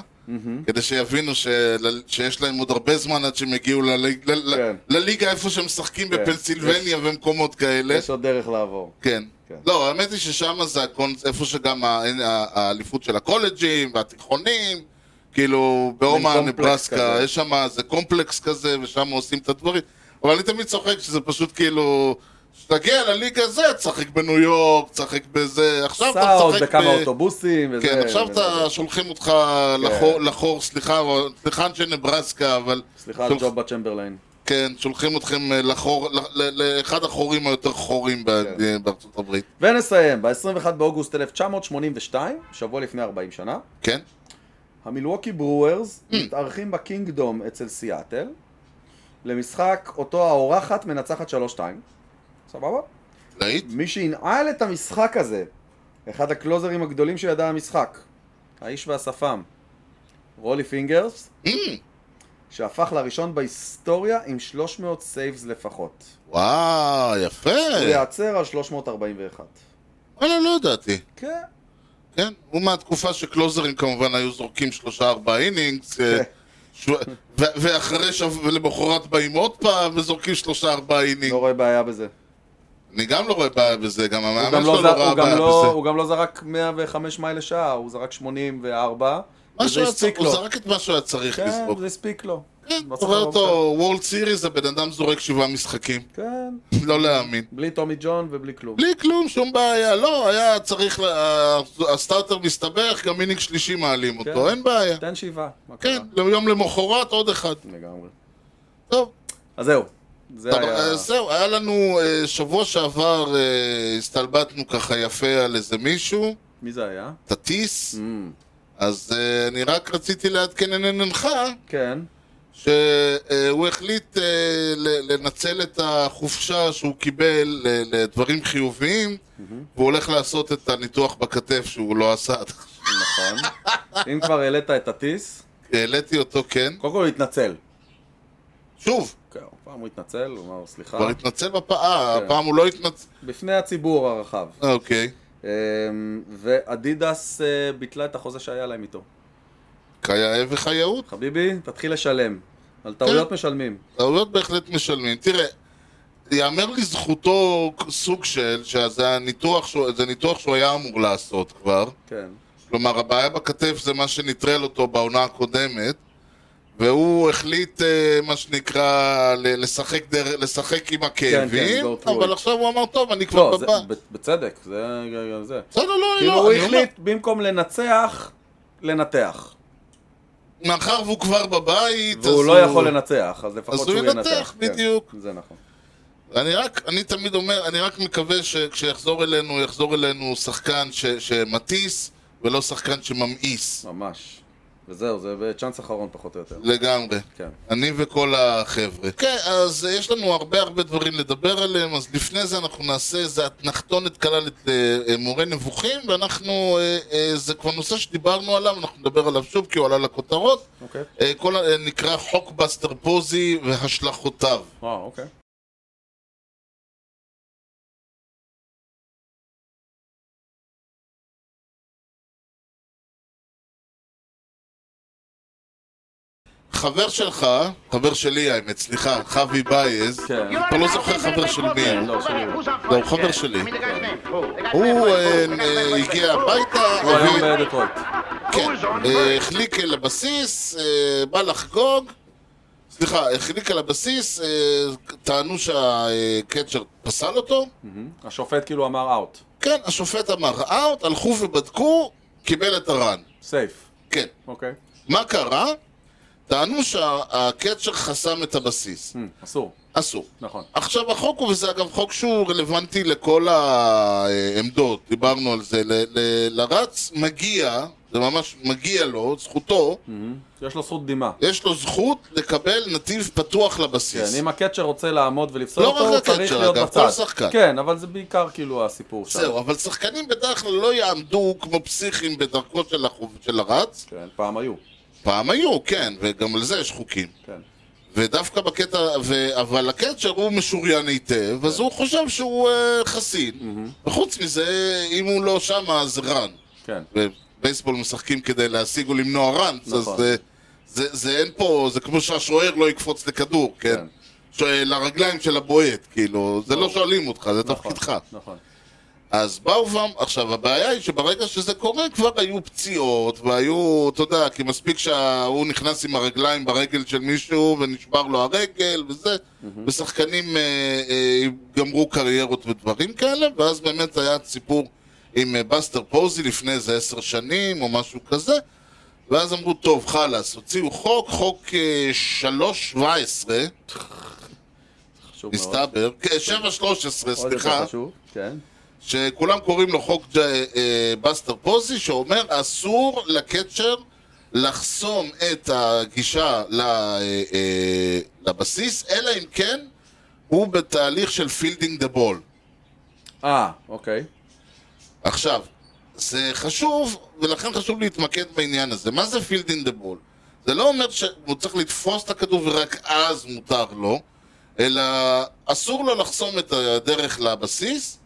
Speaker 1: כדי שיבינו של, שיש להם עוד הרבה זמן עד שהם יגיעו לליג, ל,
Speaker 2: כן.
Speaker 1: לליגה איפה שהם משחקים
Speaker 2: כן.
Speaker 1: בפנסילבניה ומקומות כאלה.
Speaker 2: יש עוד דרך לעבור.
Speaker 1: כן.
Speaker 2: כן.
Speaker 1: לא, האמת היא ששם זה הקונ... איפה שגם ה- ה- האליפות של הקולג'ים והתיכונים, כאילו באומה
Speaker 2: מין קומפלקס
Speaker 1: נברסקה,
Speaker 2: כזה.
Speaker 1: יש שם איזה קומפלקס כזה, ושם עושים את הדברים. אבל אני תמיד צוחק שזה פשוט כאילו, כשתגיע לליגה הזה, תשחק בניו יורק, תשחק בזה, עכשיו אתה
Speaker 2: סאוד
Speaker 1: משחק
Speaker 2: בכמה
Speaker 1: ב...
Speaker 2: אוטובוסים וזה.
Speaker 1: כן, עכשיו
Speaker 2: וזה.
Speaker 1: אתה שולחים אותך
Speaker 2: כן.
Speaker 1: לחור, לחור, סליחה, או- סליחה אנשי נברסקה, אבל...
Speaker 2: סליחה על
Speaker 1: שולח-
Speaker 2: ג'וב בצ'מברליין.
Speaker 1: כן, שולחים אתכם אה, לחור, ל- ל- לאחד החורים היותר חורים ב-
Speaker 2: כן.
Speaker 1: אה, בארצות הברית.
Speaker 2: ונסיים, ב-21 באוגוסט 1982, שבוע לפני 40 שנה,
Speaker 1: כן?
Speaker 2: המילווקי ברוארס
Speaker 1: Mm.
Speaker 2: מתארחים בקינגדום אצל סיאטל, למשחק אותו האורחת מנצחת 3-2, סבבה?
Speaker 1: ראית?
Speaker 2: מי שינעל את המשחק הזה, אחד הקלוזרים הגדולים שידע המשחק, האיש והשפם, רולי פינגרס, שהפך לראשון בהיסטוריה עם 300 סייבס לפחות.
Speaker 1: אה. וואו, יפה.
Speaker 2: הוא ייעצר על 341.
Speaker 1: וואלה, לא ידעתי.
Speaker 2: כן.
Speaker 1: כן, הוא מהתקופה שקלוזרים כמובן היו זורקים שלושה ארבעה אינינגס, אה,
Speaker 2: כן.
Speaker 1: ש- ו- ואחרי שב... ולמחרת באים עוד פעם וזורקים שלושה ארבעה
Speaker 2: לא
Speaker 1: אינינגס.
Speaker 2: רואה בעיה בזה.
Speaker 1: אני גם לא רואה בעיה בזה, גם
Speaker 2: הוא
Speaker 1: המאמן
Speaker 2: גם לא
Speaker 1: שלו
Speaker 2: ז-
Speaker 1: לא ראה
Speaker 2: הוא גם
Speaker 1: בעיה
Speaker 2: לא-
Speaker 1: בזה.
Speaker 2: הוא גם לא זרק 105 מייל לשעה, הוא זרק 84.
Speaker 1: מה
Speaker 2: וזה
Speaker 1: שהוא היה
Speaker 2: לא הספיק
Speaker 1: צריך, הוא
Speaker 2: לו.
Speaker 1: זרק את מה שהוא היה צריך
Speaker 2: כן,
Speaker 1: לזרוק.
Speaker 2: זה הספיק לו.
Speaker 1: כן,
Speaker 2: לא צריך
Speaker 1: זוכר
Speaker 2: לעבור
Speaker 1: אותו, וולד סיריס, הבן אדם זורק שבעה משחקים.
Speaker 2: כאן. כן,
Speaker 1: לא להאמין.
Speaker 2: בלי טומי ג'ון ובלי כלום.
Speaker 1: בלי כלום, שום בעיה. לא, היה צריך, לה- הסטארטר מסתבך, גם אינינג שלישי מעלים אותו,
Speaker 2: כן.
Speaker 1: אין בעיה.
Speaker 2: תן שבעה, מה
Speaker 1: כן,
Speaker 2: קרה?
Speaker 1: יום למחרת עוד אחד.
Speaker 2: לגמרי.
Speaker 1: טוב,
Speaker 2: אז זהו. זה
Speaker 1: טוב,
Speaker 2: היה...
Speaker 1: אז זהו, היה לנו, אה, שבוע שעבר אה, הסתלבטנו ככה יפה על איזה מישהו,
Speaker 2: מי זה היה?
Speaker 1: תטיס,
Speaker 2: אמ,
Speaker 1: אז אה, אני רק רציתי לעדכן את עניינך,
Speaker 2: כן.
Speaker 1: שהוא החליט אה, ל- לנצל את החופשה שהוא קיבל ל- לדברים חיוביים, והוא הולך לעשות את הניתוח בכתף שהוא לא עשה עד עכשיו.
Speaker 2: נכון. אם כבר העלית את הטיס,
Speaker 1: העליתי אותו, כן.
Speaker 2: קודם כל הוא התנצל.
Speaker 1: שוב,
Speaker 2: כן, פעם הוא התנצל, הוא אמר סליחה.
Speaker 1: כבר התנצל בפעם, אה,
Speaker 2: כן.
Speaker 1: הפעם הוא לא התנצל,
Speaker 2: בפני הציבור הרחב.
Speaker 1: אוקיי.
Speaker 2: אמ, ואדידס אה, ביטלה את החוזה שהיה להם איתו.
Speaker 1: כיאה וכיאות.
Speaker 2: חביבי, תתחיל לשלם. על טעויות
Speaker 1: כן.
Speaker 2: משלמים.
Speaker 1: טעויות בהחלט משלמים. תראה, יאמר לזכותו סוג של, שזה הניתוח, שהוא- זה ניתוח שהוא היה אמור לעשות כבר.
Speaker 2: כן.
Speaker 1: כלומר, הבעיה בכתף זה מה שנטרל אותו בעונה הקודמת, והוא החליט, אה, מה שנקרא, ל- לשחק, דר... לשחק
Speaker 2: כן,
Speaker 1: עם הכאבים,
Speaker 2: go through
Speaker 1: אבל
Speaker 2: it.
Speaker 1: עכשיו הוא אמר, טוב, אני כבר
Speaker 2: לא, זה-
Speaker 1: בבא.
Speaker 2: ב- בצדק, זה גם זה.
Speaker 1: בסדר, לא,
Speaker 2: כאילו,
Speaker 1: לא,
Speaker 2: הוא
Speaker 1: אני אומר,
Speaker 2: החליט במקום לנצח, לנתח.
Speaker 1: מאחר והוא כבר בבית, אז
Speaker 2: והוא לא יכול לנצח, אז לפחות
Speaker 1: אז
Speaker 2: שהוא
Speaker 1: הוא
Speaker 2: ינתח.
Speaker 1: ינתח,
Speaker 2: כן,
Speaker 1: בדיוק.
Speaker 2: זה נכון.
Speaker 1: אני רק, אני תמיד אומר, אני רק מקווה שכשיחזור אלינו, יחזור אלינו שחקן ש, שמטיס, ולא שחקן שממאיס.
Speaker 2: ממש. וזהו, זה בצ'אנס אחרון פחות או יותר.
Speaker 1: לגמרי.
Speaker 2: כן.
Speaker 1: אני וכל החבר'ה. כן, אז אה, יש לנו הרבה הרבה דברים לדבר עליהם, אז לפני זה אנחנו נעשה איזה אתנחתונת קלה למורה אה, נבוכים, ואנחנו, אה, אה, זה כבר נושא שדיברנו עליו, אנחנו נדבר עליו שוב, כי הוא עלה לכותרות.
Speaker 2: אוקיי.
Speaker 1: אה, כל, ה- אה, נקרא חוקבאסטר פוזי והשלכותיו.
Speaker 2: וואו, אוקיי.
Speaker 1: לא, חבר שלך, חבר שלי האמת, סליחה, חבי בייז,
Speaker 2: כן.
Speaker 4: You
Speaker 1: אתה לא
Speaker 4: are
Speaker 1: זוכר
Speaker 4: not
Speaker 1: חבר של מי
Speaker 4: Vancouver.
Speaker 1: הוא.
Speaker 2: לא, שלי.
Speaker 4: Who's on
Speaker 1: לא, הוא
Speaker 4: first?
Speaker 1: חבר
Speaker 4: Yeah.
Speaker 1: שלי.
Speaker 4: I mean, the guy's name. Who? The guy's
Speaker 1: הוא
Speaker 4: name.
Speaker 1: אה,
Speaker 4: Who? The guy's
Speaker 1: אה,
Speaker 4: name.
Speaker 1: הגיע
Speaker 4: Who?
Speaker 1: הביתה,
Speaker 2: הוא היום
Speaker 1: הביא-
Speaker 2: בדטרויט.
Speaker 1: כן,
Speaker 4: Who's on
Speaker 1: אה,
Speaker 4: first?
Speaker 1: החליק אל הבסיס, אה, בא לחגוג, סליחה, החליק אל הבסיס, אה, טענו שהקצ'ר פסל אותו,
Speaker 2: השופט כאילו אמר אאוט.
Speaker 1: כן, השופט אמר אאוט, הלכו ובדקו, קיבל את הרן,
Speaker 2: סייף.
Speaker 1: כן.
Speaker 2: אוקיי.
Speaker 1: מה קרה? טענו שהקצ'ר חסם את הבסיס,
Speaker 2: מ, אסור.
Speaker 1: אסור.
Speaker 2: נכון.
Speaker 1: עכשיו החוק הוא, וזה אגב חוק שהוא רלוונטי לכל העמדות, דיברנו על זה, ל- ל- לרץ מגיע, זה ממש מגיע לו, זכותו,
Speaker 2: יש לו זכות דמעה.
Speaker 1: יש לו זכות לקבל נתיב פתוח
Speaker 2: כן,
Speaker 1: לבסיס.
Speaker 2: אם הקצ'ר רוצה לעמוד ולפסול
Speaker 1: לא
Speaker 2: אותו,
Speaker 1: רק
Speaker 2: הוא צריך
Speaker 1: הקצ'ר,
Speaker 2: להיות
Speaker 1: אגב,
Speaker 2: בצד.
Speaker 1: כל שחקן.
Speaker 2: כן, אבל זה בעיקר כאילו הסיפור שם.
Speaker 1: זהו, אבל שחקנים בדרך כלל לא יעמדו כמו פסיכים בדרכו של החוב- של הרץ,
Speaker 2: כן, פעם היו.
Speaker 1: פעם היו, כן, וגם על זה יש חוקים.
Speaker 2: כן.
Speaker 1: ודווקא בקטע, ו... אבל הקצ'ר הוא משוריין היטב, אז
Speaker 2: כן.
Speaker 1: הוא חושב שהוא אה, חסין. וחוץ מזה, אם הוא לא שם, אז רן.
Speaker 2: כן.
Speaker 1: בבייסבול משחקים כדי להשיג או למנוע ראנס, אז
Speaker 2: נכון.
Speaker 1: זה, זה, זה אין פה, זה כמו שהשוער לא יקפוץ לכדור, כן?
Speaker 2: כן.
Speaker 1: כן. לרגליים של הבועט, כאילו, זה לא שואלים אותך, זה
Speaker 2: נכון,
Speaker 1: תפקידך.
Speaker 2: נכון.
Speaker 1: אז באו ואם, עכשיו הבעיה היא שברגע שזה קורה כבר היו פציעות והיו, אתה יודע, כי מספיק שהוא נכנס עם הרגליים ברגל של מישהו ונשבר לו הרגל וזה, ושחקנים אה, אה, גמרו קריירות ודברים כאלה, ואז באמת היה סיפור עם אה, בסטר פוזי לפני איזה עשר שנים או משהו כזה, ואז אמרו, טוב, חלאס, הוציאו חוק, חוק אה, 317,
Speaker 2: חשוב מאוד.
Speaker 1: מסתבר, כן, 713,
Speaker 2: עוד יותר
Speaker 1: סליחה.
Speaker 2: חשוב. כן.
Speaker 1: שכולם קוראים לו חוק ג'- אה, בסטר פוזי, שאומר אסור לקצ'ר לחסום את הגישה ל- אה, אה, לבסיס, אלא אם כן הוא בתהליך של פילדינג דה בול.
Speaker 2: אה, אוקיי.
Speaker 1: עכשיו, זה חשוב, ולכן חשוב להתמקד בעניין הזה. מה זה פילדינג דה בול? זה לא אומר שהוא צריך לתפוס את הכדור ורק אז מותר לו, אלא אסור לו לחסום את הדרך לבסיס.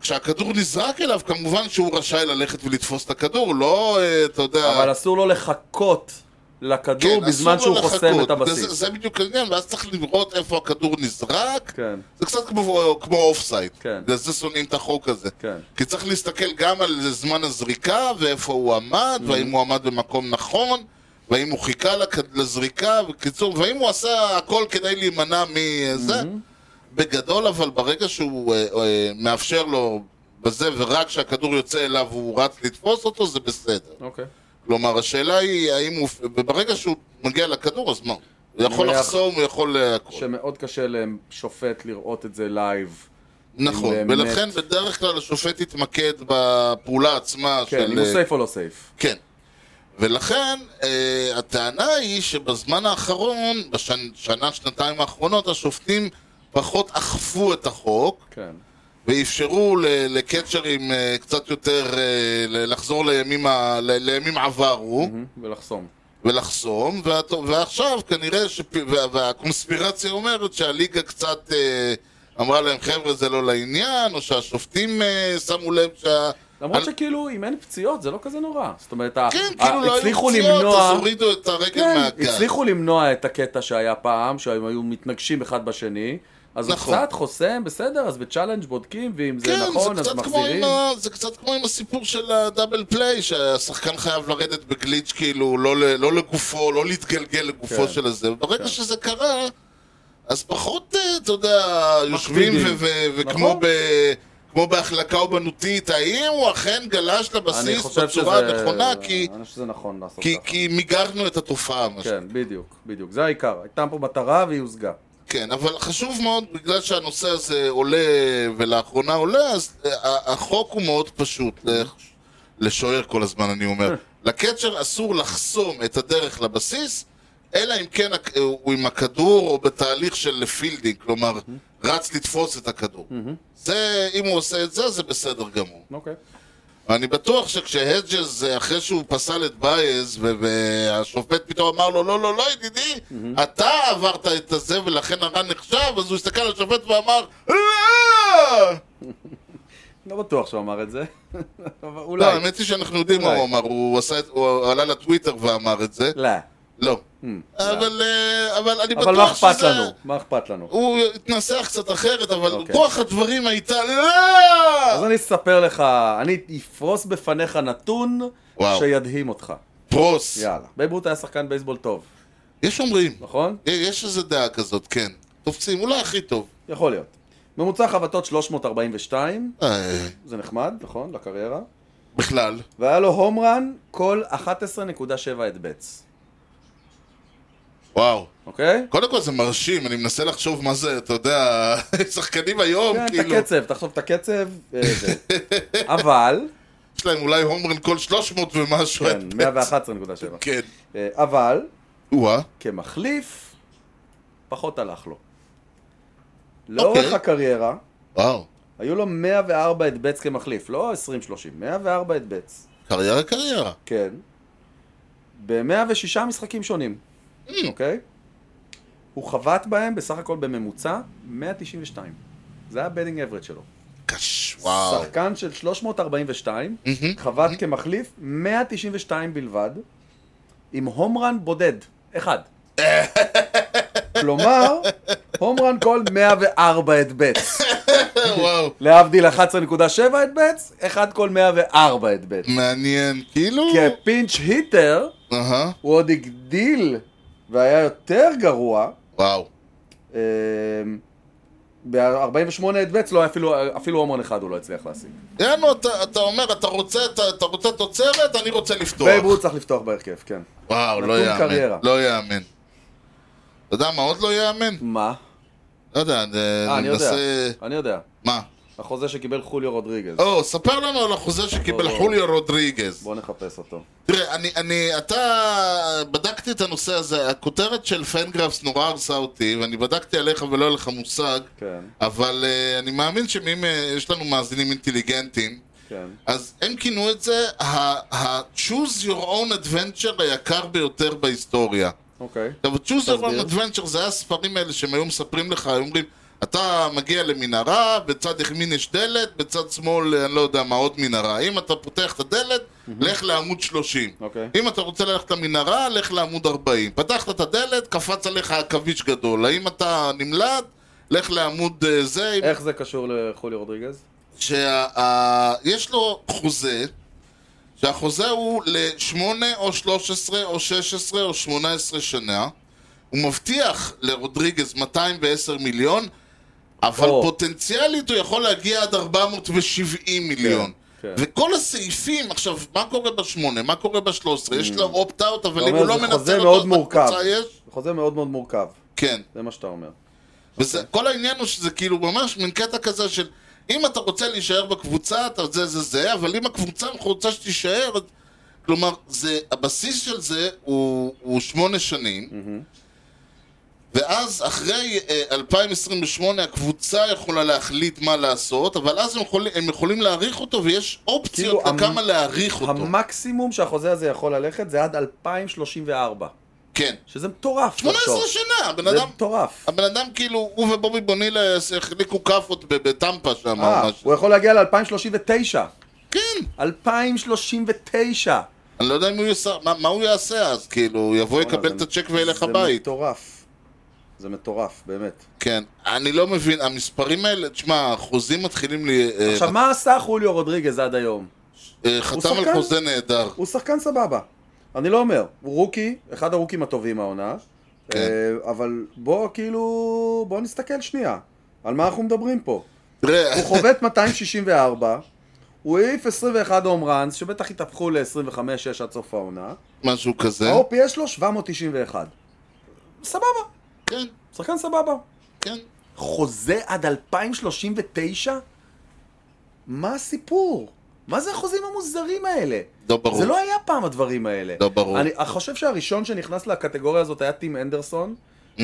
Speaker 1: כשהכדור נזרק אליו, כמובן שהוא רשאי ללכת ולתפוס את הכדור, לא, אה, אתה יודע...
Speaker 2: אבל אסור לו לחכות לכדור
Speaker 1: כן,
Speaker 2: בזמן
Speaker 1: אסור
Speaker 2: שהוא
Speaker 1: לו
Speaker 2: חוסם
Speaker 1: לחכות.
Speaker 2: את
Speaker 1: זה,
Speaker 2: הבסיס.
Speaker 1: זה בדיוק העניין, ואז צריך לראות איפה הכדור נזרק.
Speaker 2: כן.
Speaker 1: זה קצת כמו, כמו אוף סייד.
Speaker 2: כן.
Speaker 1: בגלל זה שונאים את החוק הזה.
Speaker 2: כן.
Speaker 1: כי צריך להסתכל גם על זמן הזריקה, ואיפה הוא עמד, mm-hmm. והאם הוא עמד במקום נכון, והאם הוא חיכה לכ- לזריקה, בקיצור, והאם הוא עשה הכל כדי להימנע מזה. Mm-hmm. בגדול, אבל ברגע שהוא אה, אה, מאפשר לו בזה, ורק כשהכדור יוצא אליו הוא רץ לתפוס אותו, זה בסדר.
Speaker 2: אוקיי.
Speaker 1: כלומר, השאלה היא, האם הוא... וברגע שהוא מגיע לכדור, אז מה? הוא יכול
Speaker 2: מניח-
Speaker 1: לחסום, הוא יכול... אה, הכל.
Speaker 2: שמאוד קשה לשופט לראות את זה לייב.
Speaker 1: נכון,
Speaker 2: אם אה, באמת-
Speaker 1: ולכן בדרך כלל השופט יתמקד בפעולה עצמה של... אה,
Speaker 2: כן, אם הוא סייף או לא סייף.
Speaker 1: כן. ולכן אה, הטענה היא שבזמן האחרון, בשנה, שנתיים האחרונות, השופטים פחות אכפו את החוק
Speaker 2: כן.
Speaker 1: ואפשרו ל- לקצ'רים אה, קצת יותר אה, ל- לחזור לימים, ה, ל- לימים עברו
Speaker 2: ולחסום.
Speaker 1: ולחסום, ואת, ועכשיו כנראה, שפ, וה, והקונספירציה אומרת שהליגה קצת אה, אמרה להם חבר'ה זה לא לעניין, או שהשופטים אה, שמו לב שה...
Speaker 2: למרות
Speaker 1: על-
Speaker 2: שכאילו, אם אין פציעות, זה לא כזה נורא. זאת אומרת, ה-
Speaker 1: כן,
Speaker 2: ה-
Speaker 1: כאילו לא היו
Speaker 2: אה, הצליחו
Speaker 1: פציעות,
Speaker 2: למנוע-
Speaker 1: אז הורידו את הרגל
Speaker 2: כן,
Speaker 1: מהגן.
Speaker 2: הצליחו למנוע את הקטע שהיה פעם, שהם היו מתנגשים אחד בשני. אז הוא
Speaker 1: נכון.
Speaker 2: קצת חוסם, בסדר, אז בצ'אלנג' בודקים, ואם זה
Speaker 1: כן,
Speaker 2: נכון,
Speaker 1: זה,
Speaker 2: אז
Speaker 1: קצת כמו עם
Speaker 2: מחזירים.
Speaker 1: ה... זה קצת כמו עם הסיפור של הדאבל פליי, שהשחקן חייב לרדת בגליץ' כאילו, לא, ל... לא לגופו, לא להתגלגל לגופו
Speaker 2: כן.
Speaker 1: של הזה. וברגע שזה קרה, אז פחות, אה, אתה יודע, יושבים ו...
Speaker 2: מקפידים.
Speaker 1: ו... וכמו
Speaker 2: נכון.
Speaker 1: ב... כמו בהחלקה אומנותית, האם הוא אכן גלש
Speaker 2: אני
Speaker 1: לבסיס
Speaker 2: חושב שזה...
Speaker 1: בצורה הנכונה? כי,
Speaker 2: אני חושב שזה נכון לעשות
Speaker 1: כי,
Speaker 2: ככה.
Speaker 1: כי מיגרנו את התופעה, מה
Speaker 2: כן, בדיוק, בדיוק. זה העיקר. הייתה פה מטרה והיא הושגה.
Speaker 1: כן, אבל חשוב מאוד, בגלל שהנושא הזה עולה, ולאחרונה עולה, אז אה, ה- החוק הוא מאוד פשוט. אה, לשוער כל הזמן, אני אומר. לקצ'ר אסור לחסום את הדרך לבסיס, אלא אם כן הכ- הוא עם הכדור או בתהליך של פילדינג, כלומר, רץ לתפוס את הכדור. זה, אם הוא עושה את זה, זה בסדר גמור.
Speaker 2: אוקיי.
Speaker 1: אני בטוח שכשהג'ז, אה, אחרי שהוא פסל את בייז, ו- והשופט פתאום אמר לו, לא, לא, לא, ידידי, אתה עברת את הזה ולכן הרן נחשב, אז הוא הסתכל על השופט ואמר, "אה!" לא!
Speaker 2: לא בטוח שהוא אמר את זה. אבל
Speaker 1: לא,
Speaker 2: אולי.
Speaker 1: האמת היא שאנחנו יודעים מה
Speaker 2: אולי.
Speaker 1: הוא אמר, הוא עשה את- הוא עלה לטוויטר ואמר את זה.
Speaker 2: לא.
Speaker 1: לא. אבל אה, אבל אני
Speaker 2: אבל מה
Speaker 1: בטוח
Speaker 2: אכפת
Speaker 1: שזה...
Speaker 2: לנו? מה אכפת לנו?
Speaker 1: הוא התנסח קצת אחרת, אבל
Speaker 2: אוקיי.
Speaker 1: רוח הדברים הייתה
Speaker 2: אז
Speaker 1: לא!
Speaker 2: אני אספר לך, אני אפרוס בפניך נתון
Speaker 1: וואו.
Speaker 2: שידהים אותך.
Speaker 1: פרוס.
Speaker 2: יאללה. בייב רות היה שחקן בייסבול טוב,
Speaker 1: יש אומרים.
Speaker 2: נכון?
Speaker 1: יש איזו דעה כזאת, כן. תופסים, אולי הכי טוב.
Speaker 2: יכול להיות. ממוצע חבטות 342,
Speaker 1: אה,
Speaker 2: זה נחמד, נכון? לקריירה.
Speaker 1: בכלל.
Speaker 2: והיה לו הום רן כל 11.7 הדבטס,
Speaker 1: וואו.
Speaker 2: אוקיי?
Speaker 1: קודם כל זה מרשים, אני מנסה לחשוב מה זה, אתה יודע, שחקנים היום,
Speaker 2: כן, את
Speaker 1: כאילו,
Speaker 2: הקצב, תחשוב את הקצב, אה, זה. אבל,
Speaker 1: יש להם אולי הומרן כל 300 ומשהו.
Speaker 2: כן,
Speaker 1: את-
Speaker 2: 111.7,
Speaker 1: כן.
Speaker 2: אה, אבל,
Speaker 1: או-אה.
Speaker 2: כמחליף, פחות הלך לו. לאורך
Speaker 1: אוקיי.
Speaker 2: הקריירה,
Speaker 1: וואו.
Speaker 2: היו לו 104 הדבטס כמחליף, לא 20-30, 104 הדבטס,
Speaker 1: קריירה קריירה.
Speaker 2: כן, ב-106 משחקים שונים, אוקיי? הוא חבט בהם בסך הכל בממוצע 192. זה היה בדינג אברד שלו.
Speaker 1: קש, וואו.
Speaker 2: שחקן של 342,
Speaker 1: מהמם.
Speaker 2: חבט כמחליף 192 בלבד, עם הום רן בודד, אחד. כלומר, הום רן כל 104 את בטס.
Speaker 1: כן, וואו.
Speaker 2: להבדיל 11.7 את בטס, אחד כל 104 את בטס.
Speaker 1: מעניין, כאילו...
Speaker 2: כפינץ' היטר,
Speaker 1: אהה,
Speaker 2: הוא עוד הגדיל והיה יותר גרוע.
Speaker 1: וואו.
Speaker 2: ב-48 את בטס לא היה אפילו, אפילו הומרן אחד הוא לא הצליח להשיג.
Speaker 1: יענו, אתה, אתה אומר, אתה רוצה, אתה, אתה רוצה תוצרת, אני רוצה לפתוח.
Speaker 2: בייב רות צריך לפתוח בהרכב, כן.
Speaker 1: וואו, לא
Speaker 2: נתון
Speaker 1: יאמן.
Speaker 2: קריירה.
Speaker 1: לא יאמן. אתה יודע מה עוד לא יאמן?
Speaker 2: מה?
Speaker 1: לא יודע, אני,
Speaker 2: אה, אני יודע,
Speaker 1: מנסה...
Speaker 2: אני יודע.
Speaker 1: מה?
Speaker 2: החוזה שקיבל חוליו רודריגז.
Speaker 1: או, ספר לנו על החוזה שקיבל
Speaker 2: בוא, בוא.
Speaker 1: חוליו רודריגז.
Speaker 2: בוא נחפש אותו.
Speaker 1: תראה, אני, אני, אתה, בדקתי את הנושא הזה, הכותרת של פנגרפס נורא הרסה אותי, ואני בדקתי עליך ולא היה לך מושג,
Speaker 2: כן,
Speaker 1: אבל אה, אני מאמין שאם אה, יש לנו מאזינים אינטליגנטים,
Speaker 2: כן.
Speaker 1: אז הם כינו את זה ה-choose your own adventure היקר ביותר בהיסטוריה.
Speaker 2: אוקיי.
Speaker 1: עכשיו, choose your
Speaker 2: תסביר.
Speaker 1: own adventure זה היה הספרים האלה שהם היו מספרים לך, היו אומרים, אתה מגיע למנהרה, בצד ימין יש דלת, בצד שמאל, אני לא יודע מה, עוד מנהרה. אם אתה פותח את הדלת, לך לעמוד 30.
Speaker 2: אוקיי.
Speaker 1: אם אתה רוצה ללכת למנהרה, לך לעמוד 40. פתחת את הדלת, קפץ עליך עכביש גדול. האם אתה נמלט, לך לעמוד אה, זה. אם
Speaker 2: איך זה קשור לחוליו רודריגז?
Speaker 1: שיש לו חוזה, שהחוזה הוא לשמונה או שלוש עשרה או שש עשרה או שמונה עשרה שנה. הוא מבטיח לרודריגז 210 מיליון, אבל
Speaker 2: או.
Speaker 1: פוטנציאלית הוא יכול להגיע עד 470 מיליון.
Speaker 2: כן.
Speaker 1: וכל הסעיפים, עכשיו, מה קורה בשמונה? מה קורה בשלוש עשרה? יש לו אופט-אאוט, אבל אם
Speaker 2: Hmm. אומר,
Speaker 1: הוא לא
Speaker 2: זה
Speaker 1: מנצל
Speaker 2: חוזה
Speaker 1: אותו,
Speaker 2: מאוד
Speaker 1: אז
Speaker 2: מורכב.
Speaker 1: הקבוצה יש?
Speaker 2: זה חוזה מאוד מאוד מורכב,
Speaker 1: כן.
Speaker 2: זה מה שאתה אומר.
Speaker 1: וזה,
Speaker 2: אוקיי.
Speaker 1: כל העניין הוא שזה כאילו ממש מין קטע כזה של אם אתה רוצה להישאר בקבוצה, אתה זה זה זה, אבל אם הקבוצה רוצה שתישאר, אז- כלומר, זה, הבסיס של זה הוא, הוא שמונה שנים, ואז אחרי אה, 2028 הקבוצה יכולה להחליט מה לעשות, אבל אז הם, יכול, הם יכולים להעריך אותו ויש אופציות
Speaker 2: כאילו, המ-
Speaker 1: לכמה להעריך אותו.
Speaker 2: המקסימום שהחוזה הזה יכול ללכת זה עד 2034,
Speaker 1: כן.
Speaker 2: שזה מטורף.
Speaker 1: 18
Speaker 2: לחשוב.
Speaker 1: שנה, הבן
Speaker 2: זה
Speaker 1: אדם...
Speaker 2: מטורף.
Speaker 1: הבן אדם כאילו, הוא ובובי בונילה החליקו כאפות ב- בטמפה שם, או
Speaker 2: אה,
Speaker 1: משהו.
Speaker 2: הוא יכול להגיע ל-2039.
Speaker 1: כן.
Speaker 2: 2039!
Speaker 1: אני לא יודע אם הוא יעשה, מה, מה הוא יעשה אז, כאילו, הוא יבוא, יקבל
Speaker 2: זה-
Speaker 1: את הצ'ק וילך
Speaker 2: לא, זה
Speaker 1: הבית.
Speaker 2: מטורף. זה מטורף, באמת.
Speaker 1: כן, אני לא מבין, המספרים האלה, תשמע, החוזים מתחילים לי... אה,
Speaker 2: עכשיו, מה עשה חוליו רודריגז עד היום?
Speaker 1: אה,
Speaker 2: הוא
Speaker 1: חתם
Speaker 2: שחקן?
Speaker 1: על חוזה נהדר.
Speaker 2: הוא שחקן סבבה. אני לא אומר, הוא רוקי, אחד הרוקים הטובים העונה,
Speaker 1: כן.
Speaker 2: אה, אבל בוא כאילו, בוא נסתכל שנייה, על מה אנחנו מדברים פה.
Speaker 1: תראה,
Speaker 2: הוא חובט 264, הוא העיף 21 הום ראנס, שבטח התהפכו ל-25-6 עד סוף העונה,
Speaker 1: משהו כזה.
Speaker 2: ה-OPS שלו 791. סבבה,
Speaker 1: כן,
Speaker 2: שחקן סבבה.
Speaker 1: כן.
Speaker 2: חוזה עד 2039? מה הסיפור? מה זה החוזים המוזרים האלה?
Speaker 1: לא ברור.
Speaker 2: זה לא היה פעם הדברים האלה.
Speaker 1: לא ברור.
Speaker 2: אני אני חושב שהראשון שנכנס לקטגוריה הזאת היה טים אנדרסון,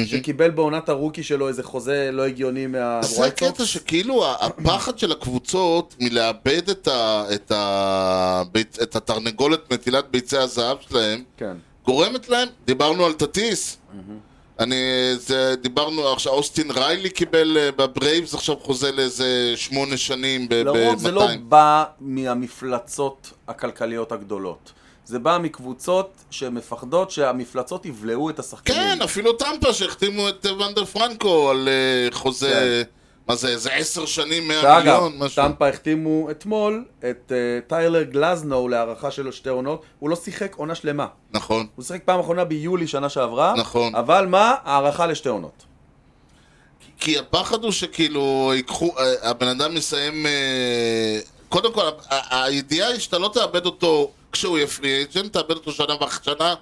Speaker 2: שקיבל בעונת הרוקי שלו איזה חוזה לא הגיוני
Speaker 1: זה
Speaker 2: מהווייט
Speaker 1: הקטע
Speaker 2: סוקס.
Speaker 1: שכאילו ה- הפחד של הקבוצות מלאבד את, ה, את, ה, ביצ- את התרנגולת מטילת ביצי הזהב שלהם,
Speaker 2: כן,
Speaker 1: גורמת להם, דיברנו על טטיס. אני, זה, דיברנו עכשיו, אוסטין ריילי קיבל אה, בברייבס עכשיו חוזה לאיזה שמונה שנים ב-200.
Speaker 2: לרוב זה לא בא מהמפלצות לא הכלכליות הגדולות. זה בא מקבוצות שמפחדות שהמפלצות יבלעו את השחקנים.
Speaker 1: כן, אפילו טמפה שהחתימו את אה, ואן דה פרנקו על אה, חוזה, מה זה, איזה עשר שנים, מאה מיליון,
Speaker 2: ואגב,
Speaker 1: לא- משהו.
Speaker 2: טמפה החתימו אתמול את אה, טיילר גלזנו להערכה שלו שתי עונות, הוא לא שיחק עונה שלמה.
Speaker 1: נכון.
Speaker 2: הוא שיחק פעם אחרונה ביולי שנה שעברה,
Speaker 1: נכון.
Speaker 2: אבל מה? הערכה לשתי עונות.
Speaker 1: כי הפחד הוא שכאילו ייקחו, אה, הבן אדם יסיים... אה, קודם כל, ה- ה- הידיעה היא שאתה לא תאבד אותו כשהוא יהיה פרי אייג'נט, תאבד אותו שנה וח- שנה,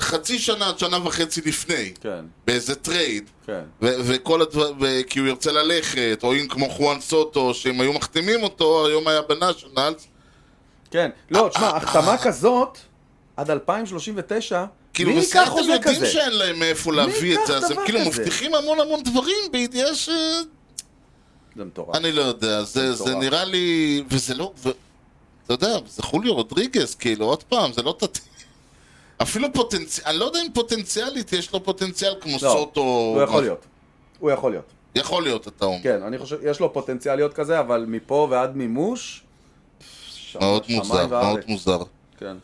Speaker 1: חצי שנה עד שנה וחצי לפני,
Speaker 2: כן,
Speaker 1: באיזה טרייד.
Speaker 2: כן.
Speaker 1: ו- וכל הדבר... ו- כי הוא ירצה ללכת, או אם כמו חואן סוטו, שאם היו מחתימים אותו, היום היה בנאשונלס.
Speaker 2: כן. לא, תשמע, החתמה כזאת, עד 2039,
Speaker 1: כאילו,
Speaker 2: מי ייקח
Speaker 1: וסייטל
Speaker 2: חוזה
Speaker 1: יודעים
Speaker 2: כזה?
Speaker 1: שאין להם מאיפה להביא
Speaker 2: ייקח
Speaker 1: את זה, אז הם
Speaker 2: דבר
Speaker 1: כאילו
Speaker 2: כזה?
Speaker 1: מבטיחים המון המון דברים בידיעה ש...
Speaker 2: זה מטורף.
Speaker 1: אני לא יודע, זה, זה
Speaker 2: מטורף.
Speaker 1: נראה לי... וזה לא... ו... אתה יודע, זה חוליו רודריגז, כאילו, עוד פעם, זה לא תת... אפילו פוטנציאל, אני לא יודע אם פוטנציאלית יש לו פוטנציאל כמו
Speaker 2: לא,
Speaker 1: סוטו...
Speaker 2: הוא יכול להיות. הוא יכול להיות.
Speaker 1: יכול להיות, אתה אומר.
Speaker 2: כן, אני חושב, יש לו פוטנציאל להיות כזה, אבל מפה ועד מימוש... שם-
Speaker 1: מאוד
Speaker 2: שמיים
Speaker 1: מוזר,
Speaker 2: וארץ.
Speaker 1: מאוד מוזר.
Speaker 2: כן.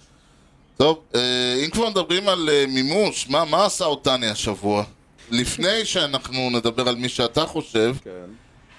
Speaker 1: טוב, אה, אם כבר מדברים על אה, מימוש, מה, מה עשה אותני השבוע? לפני שאנחנו נדבר על מי שאתה חושב,
Speaker 2: כן.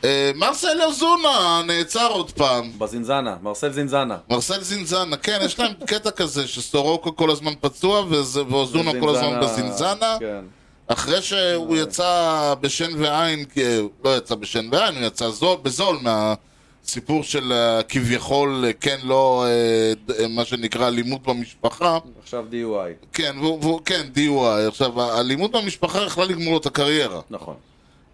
Speaker 1: אה, מרסל אוזונה נעצר עוד פעם.
Speaker 2: בזינזנה, מרסל זינזנה.
Speaker 1: מרסל זינזנה, כן, יש להם קטע כזה שסורוקו כל הזמן פצוע וזה- ואוזונה כל הזמן בזינזנה.
Speaker 2: כן.
Speaker 1: אחרי שהוא יצא בשן ועין, אה, לא יצא בשן ועין, הוא יצא זול, בזול מהסיפור של אה, כביכול, אה, כן, לא, אה, ד- אה, מה שנקרא אלימות במשפחה.
Speaker 2: עכשיו DUI.
Speaker 1: כן, והוא, והוא- כן, DUI. עכשיו, האלימות במשפחה יכלה לגמור לו את הקריירה.
Speaker 2: נכון.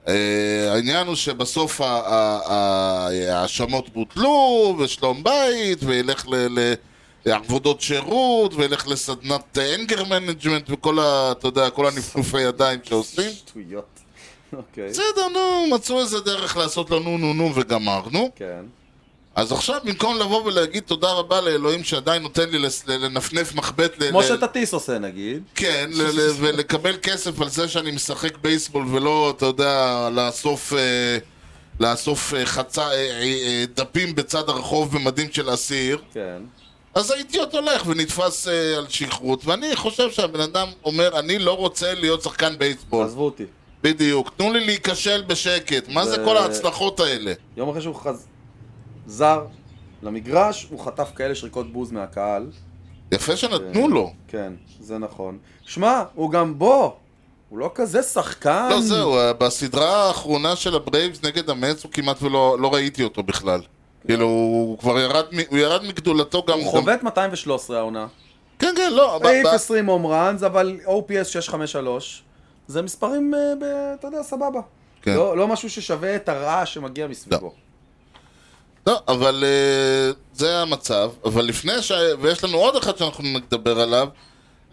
Speaker 1: אה, העניין הוא שבסוף ה- ה- ה- ההאשמות בוטלו, ושלום בית, וילך ל- לעבודות שירות, וילך לסדנת אנגר מנג'מנט, וכל ה... אתה יודע, כל הנפנופי ידיים שעושים.
Speaker 2: שטויות. אוקיי.
Speaker 1: בסדר, נו, מצאו איזה דרך לעשות לו נו נו נו וגמרנו.
Speaker 2: כן.
Speaker 1: אז עכשיו, במקום לבוא ולהגיד תודה רבה לאלוהים שעדיין נותן לי לס- ל- לנפנף מחבט... ל-
Speaker 2: כמו
Speaker 1: ל-
Speaker 2: שטטיס עושה נגיד.
Speaker 1: כן, ל- ל- ולקבל כסף על זה שאני משחק בייסבול ולא, אתה יודע, לאסוף, אה, לאסוף אה, חצה, אה, אה, אה, דפים בצד הרחוב במדים של אסיר,
Speaker 2: כן.
Speaker 1: אז האידיוט הולך ונתפס אה, על שכרות, ואני חושב שהבן אדם אומר, אני לא רוצה להיות שחקן בייסבול.
Speaker 2: עזבו אותי.
Speaker 1: בדיוק. תנו לי להיכשל בשקט. מה זה
Speaker 2: זה-
Speaker 1: כל ההצלחות האלה?
Speaker 2: יום אחרי שהוא חז... זר למגרש, הוא חטף כאלה שריקות בוז מהקהל.
Speaker 1: יפה שנתנו לו.
Speaker 2: כן, זה נכון. שמע, הוא גם בוא! הוא לא כזה שחקן.
Speaker 1: לא, זהו, אה, בסדרה האחרונה של הברייבס נגד המץ, הוא כמעט ולא לא ראיתי אותו בכלל. כאילו, הוא כבר ירד, מ- הוא ירד מגדולתו גם...
Speaker 2: הוא
Speaker 1: גם-
Speaker 2: חובט 213 העונה.
Speaker 1: כן, כן, לא, ב-
Speaker 2: העיף
Speaker 1: ב-
Speaker 2: 20 הום ראנס, אבל OPS 653. זה מספרים, אה, ב- אתה יודע, סבבה.
Speaker 1: כן.
Speaker 2: לא לא משהו ששווה את הרעש שמגיע מסביבו.
Speaker 1: לא, אבל אה, זה המצב. אבל לפני ש... ויש לנו עוד אחד שאנחנו נדבר עליו.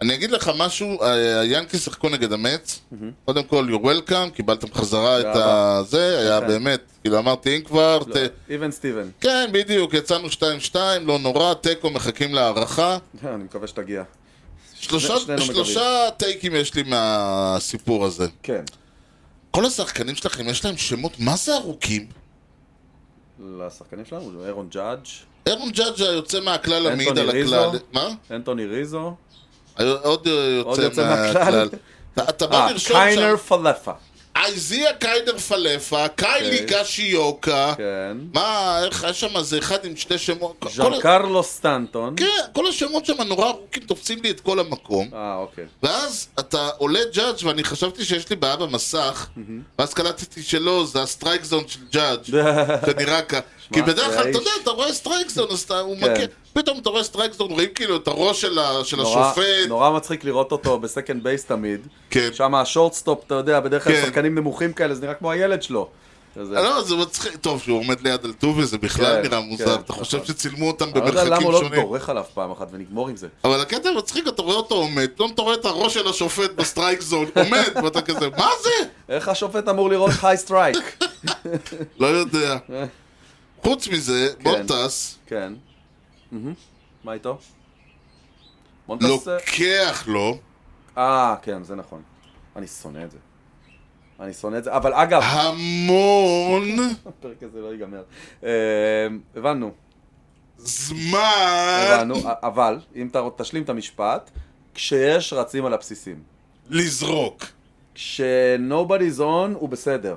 Speaker 1: אני אגיד לך משהו, אה, היאנקיס שיחקו נגד המץ. קודם כל, you're welcome, קיבלתם חזרה את
Speaker 2: גאווה.
Speaker 1: הזה, היה
Speaker 2: כן.
Speaker 1: באמת, כאילו אמרתי, אם כבר...
Speaker 2: לא,
Speaker 1: ת-
Speaker 2: איבן סטיבן.
Speaker 1: כן, בדיוק, יצאנו 2-2, לא נורא, תיקו, מחכים להערכה.
Speaker 2: אני מקווה שתגיע.
Speaker 1: שלושה,
Speaker 2: שנינו מקווים.
Speaker 1: שלושה טייקים יש לי מהסיפור הזה.
Speaker 2: כן.
Speaker 1: כל השחקנים שלכם, יש להם שמות מה זה ארוכים?
Speaker 2: לשחקנים שלנו, אירון ג'אדג',
Speaker 1: אירון ג'אג'ה יוצא מהכלל
Speaker 2: אנטוני
Speaker 1: המעיד על
Speaker 2: ריזו.
Speaker 1: הכלל. מה?
Speaker 2: אנטוני
Speaker 1: אה,
Speaker 2: ריזו,
Speaker 1: עוד
Speaker 2: עוד
Speaker 1: יוצא
Speaker 2: יוצא מהכלל.
Speaker 1: מהכלל. אתה- אתה בא
Speaker 2: אה,
Speaker 1: לרשום
Speaker 2: קיינר
Speaker 1: שם,
Speaker 2: פלפה.
Speaker 1: אייזיה קיידר פלפה, קיילי
Speaker 2: אוקיי.
Speaker 1: גשיוקה,
Speaker 2: כן.
Speaker 1: מה, איך, היה שם איזה אחד עם שתי שמות, כל-
Speaker 2: ז'אן קרלו סטנטון.
Speaker 1: כן, כל השמות שם נורא ארוכים תופסים לי את כל המקום.
Speaker 2: אה, אוקיי.
Speaker 1: ואז אתה עולה ג'אדג' ואני חשבתי שיש לי בעיה במסך, ואז קלטתי שלא, זה הסטרייק זון של ג'אדג', שנראה כ... כי בדרך
Speaker 2: זה
Speaker 1: כלל, אתה
Speaker 2: האיש.
Speaker 1: יודע, אתה רואה סטרייק זון, אז אתה- הוא
Speaker 2: כן.
Speaker 1: מכיר, פתאום אתה רואה סטרייק זון, רואים כאילו את הראש של ה- של
Speaker 2: נורא-
Speaker 1: השופט,
Speaker 2: נורא מצחיק לראות אותו בסקנד בייס תמיד.
Speaker 1: כן.
Speaker 2: שם השורטסטופ, אתה יודע, בדרך כלל
Speaker 1: כן.
Speaker 2: שחקנים נמוכים כאלה, זה נראה כמו הילד שלו. אז- אה,
Speaker 1: לא, זה מצחיק, טוב, שהוא עומד ליד אלטובי, זה בכלל
Speaker 2: כן,
Speaker 1: נראה מוזר,
Speaker 2: כן,
Speaker 1: אתה חושב
Speaker 2: נכון.
Speaker 1: שצילמו אותם
Speaker 2: אני לא יודע למה
Speaker 1: במרחקים
Speaker 2: הוא לא
Speaker 1: שונים,
Speaker 2: דורך עליו פעם אחת ונגמור עם זה.
Speaker 1: אבל הקטע המצחיק, אתה רואה אותו עומד, פתאום אתה רואה את הראש של השופט בסטרייק זון, עומד, ואתה כזה, מה זה?
Speaker 2: איך השופט אמור לראות היי סטרייק?
Speaker 1: לא יודע. חוץ מזה, בוטס,
Speaker 2: כן. מהמם. מה איתו? מונטס... אה,
Speaker 1: לוקח לו
Speaker 2: אה, כן, זה נכון. אני שונא את זה. אני שונא את זה, אבל אגב,
Speaker 1: המון
Speaker 2: הפרק הזה לא ייגמר. אה, אמ, הבנו.
Speaker 1: זמן
Speaker 2: הבנו, אבל, אם אתה תשלים את המשפט, כשיש רצים על הבסיסים.
Speaker 1: לזרוק.
Speaker 2: כש-Nobody's on הוא בסדר.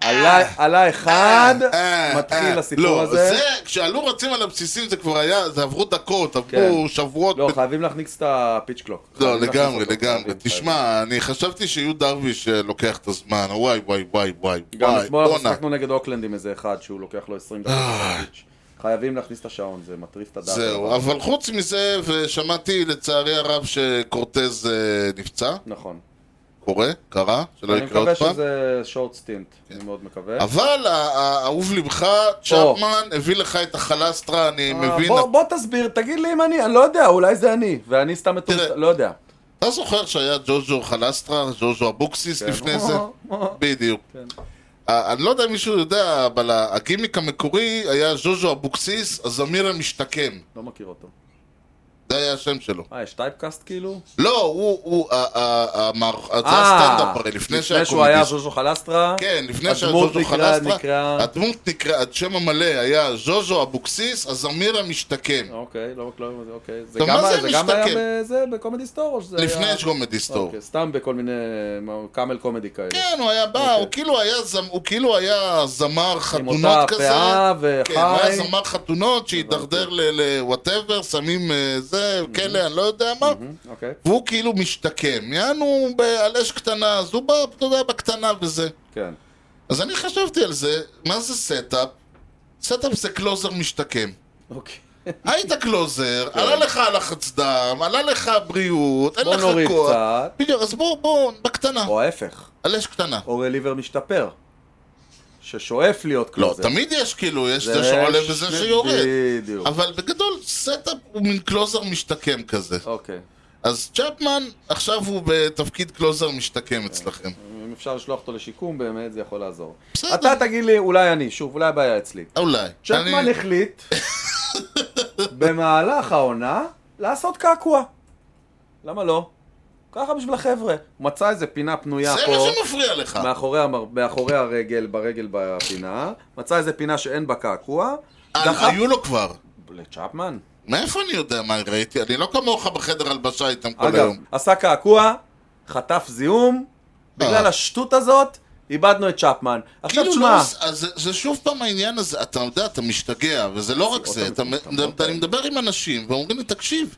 Speaker 2: עלה- עלה אחד,
Speaker 1: אה,
Speaker 2: מתחיל
Speaker 1: אה.
Speaker 2: הסיפור
Speaker 1: לא,
Speaker 2: הזה.
Speaker 1: זה, כשעלו רצים על הבסיסים זה כבר היה, זה עברו דקות,
Speaker 2: כן.
Speaker 1: עברו שבועות.
Speaker 2: לא, חייבים להכניס את הפיץ' קלוק.
Speaker 1: לא,
Speaker 2: חייבים להכניס
Speaker 1: לגמרי,
Speaker 2: אותו, אוקיי.
Speaker 1: לגמרי.
Speaker 2: חייבים, חייבים.
Speaker 1: תשמע, אני חשבתי שיהיו דרוויש אה, לוקח את הזמן, וואי, וואי, וואי, וואי.
Speaker 2: גם
Speaker 1: וואי,
Speaker 2: אתמול אנחנו
Speaker 1: בואנה.
Speaker 2: שחקנו נגד אוקלנד עם איזה אחד שהוא לוקח לו 20 דקות.
Speaker 1: אה.
Speaker 2: לפיץ'. חייבים להכניס את השעון, זה מטריף את הדעת.
Speaker 1: זהו, אבל חוץ מזה, ושמעתי לצערי הרב שקורטז אה, נפצע,
Speaker 2: נכון.
Speaker 1: קורה, קרה, שלא
Speaker 2: אני
Speaker 1: לא יקרה עוד
Speaker 2: מקווה
Speaker 1: פעם.
Speaker 2: שזה שורט סטינט, אני מאוד מקווה.
Speaker 1: אבל ה- ה- אהוב לבך, צ'פמן, הביא לך את החלסטרה, אני
Speaker 2: אה,
Speaker 1: מבין.
Speaker 2: בוא- בוא תסביר, תגיד לי אם אני, אני לא יודע, אולי זה אני, ואני סתם מטומטם,
Speaker 1: תראה.
Speaker 2: לא יודע.
Speaker 1: אתה זוכר שהיה ג'וז'ו חלסטרה, ג'וז'ו אבוקסיס
Speaker 2: כן.
Speaker 1: לפני זה? בדיוק.
Speaker 2: כן.
Speaker 1: אה, אני לא יודע אם מישהו יודע, אבל הגימיק המקורי היה ז'וז'ו אבוקסיס, הזמיר המשתקם.
Speaker 2: לא מכיר אותו.
Speaker 1: זה היה השם שלו.
Speaker 2: אה, יש טייפקאסט כאילו?
Speaker 1: לא, הוא, הוא, ה- ה- ה- המערכ- זה הסטנדאפ הרי, לפני שהיה
Speaker 2: אה, שהוא היה
Speaker 1: קומדיסט.
Speaker 2: ז'וז'ו חלסטרה?
Speaker 1: כן, לפני שהיה
Speaker 2: הדמות
Speaker 1: ז'וז'ו
Speaker 2: נקרא-
Speaker 1: חלסטרה,
Speaker 2: נקרא-
Speaker 1: הדמות נקרא, השם המלא היה ז'וז'ו אבוקסיס, הזמיר המשתקם.
Speaker 2: אוקיי, לא, לא, זה- אוקיי. זה
Speaker 1: גם
Speaker 2: גם
Speaker 1: מה זה
Speaker 2: זה גם היה
Speaker 1: משתקם?
Speaker 2: בזה, בקומדי סטור או שזה היה...
Speaker 1: לפני שקומדי סטור.
Speaker 2: אוקיי, סתם בכל מיני מה, קאמל קומדי כאלה.
Speaker 1: כן, הוא היה בא,
Speaker 2: אוקיי.
Speaker 1: הוא כאילו היה זמ- הוא כאילו היה זמר
Speaker 2: עם אותה
Speaker 1: חתונות כזה.
Speaker 2: פאה כן, אוקיי.
Speaker 1: כן, הוא היה
Speaker 2: וחי.
Speaker 1: זמר חתונות שהידרדר ל-whatever, שמים אה, זה, כלא, אני לא יודע מה.
Speaker 2: אוקיי,
Speaker 1: והוא כאילו משתקם. יענו ב- על אש קטנה, אז הוא בא, אתה יודע, בקטנה וזה.
Speaker 2: כן.
Speaker 1: אז אני חשבתי על זה, מה זה סטאפ? סטאפ זה קלוזר משתקם.
Speaker 2: אוקיי.
Speaker 1: היית קלוזר, עלה לך לחץ דם, עלה לך בריאות, אין
Speaker 2: כן. בוא
Speaker 1: לך
Speaker 2: נוריד
Speaker 1: כוח.
Speaker 2: קצת.
Speaker 1: בדיוק, אז בוא, בוא, בקטנה,
Speaker 2: או ההפך,
Speaker 1: על אש קטנה.
Speaker 2: או רליבר משתפר. ששואף להיות
Speaker 1: לא,
Speaker 2: קלוזר.
Speaker 1: תמיד יש כאילו, יש זה שעולה
Speaker 2: שני-
Speaker 1: וזה שיורד.
Speaker 2: בדיוק.
Speaker 1: אבל בגדול, סטאפ הוא מין קלוזר משתקם כזה.
Speaker 2: אוקיי.
Speaker 1: אז צ'פמן, עכשיו הוא בתפקיד קלוזר משתקם אצלכם.
Speaker 2: אם אפשר לשלוח אותו לשיקום, באמת זה יכול לעזור.
Speaker 1: בסדר.
Speaker 2: אתה תגיד לי, אולי אני, שוב, אולי הבעיה אצלי.
Speaker 1: אולי.
Speaker 2: צ'פמן
Speaker 1: אני-
Speaker 2: החליט במהלך העונה לעשות קעקוע. למה לא? ככה בשביל החבר'ה. הוא מצא איזה פינה פנויה
Speaker 1: זה מה
Speaker 2: פה,
Speaker 1: שמפריע לך.
Speaker 2: מאחורי, המר... מאחורי הרגל, ברגל בפינה, מצא איזה פינה שאין בה קעקוע, דחף...
Speaker 1: אה, היו לו כבר.
Speaker 2: לצ'פמן?
Speaker 1: מאיפה אני יודע מה ראיתי? אני לא כמוך בחדר הלבשה איתם כל
Speaker 2: אגב,
Speaker 1: היום.
Speaker 2: עשה קעקוע, חטף זיהום, בגלל השטות הזאת, איבדנו את צ'פמן.
Speaker 1: אה.
Speaker 2: עכשיו
Speaker 1: כאילו
Speaker 2: תשמע,
Speaker 1: לא, אז זה- זה שוב פעם העניין הזה, אתה יודע, אתה משתגע, וזה לא רק זה, אתה- אתה- אני מדבר עם אנשים, ואומרים לי, תקשיב,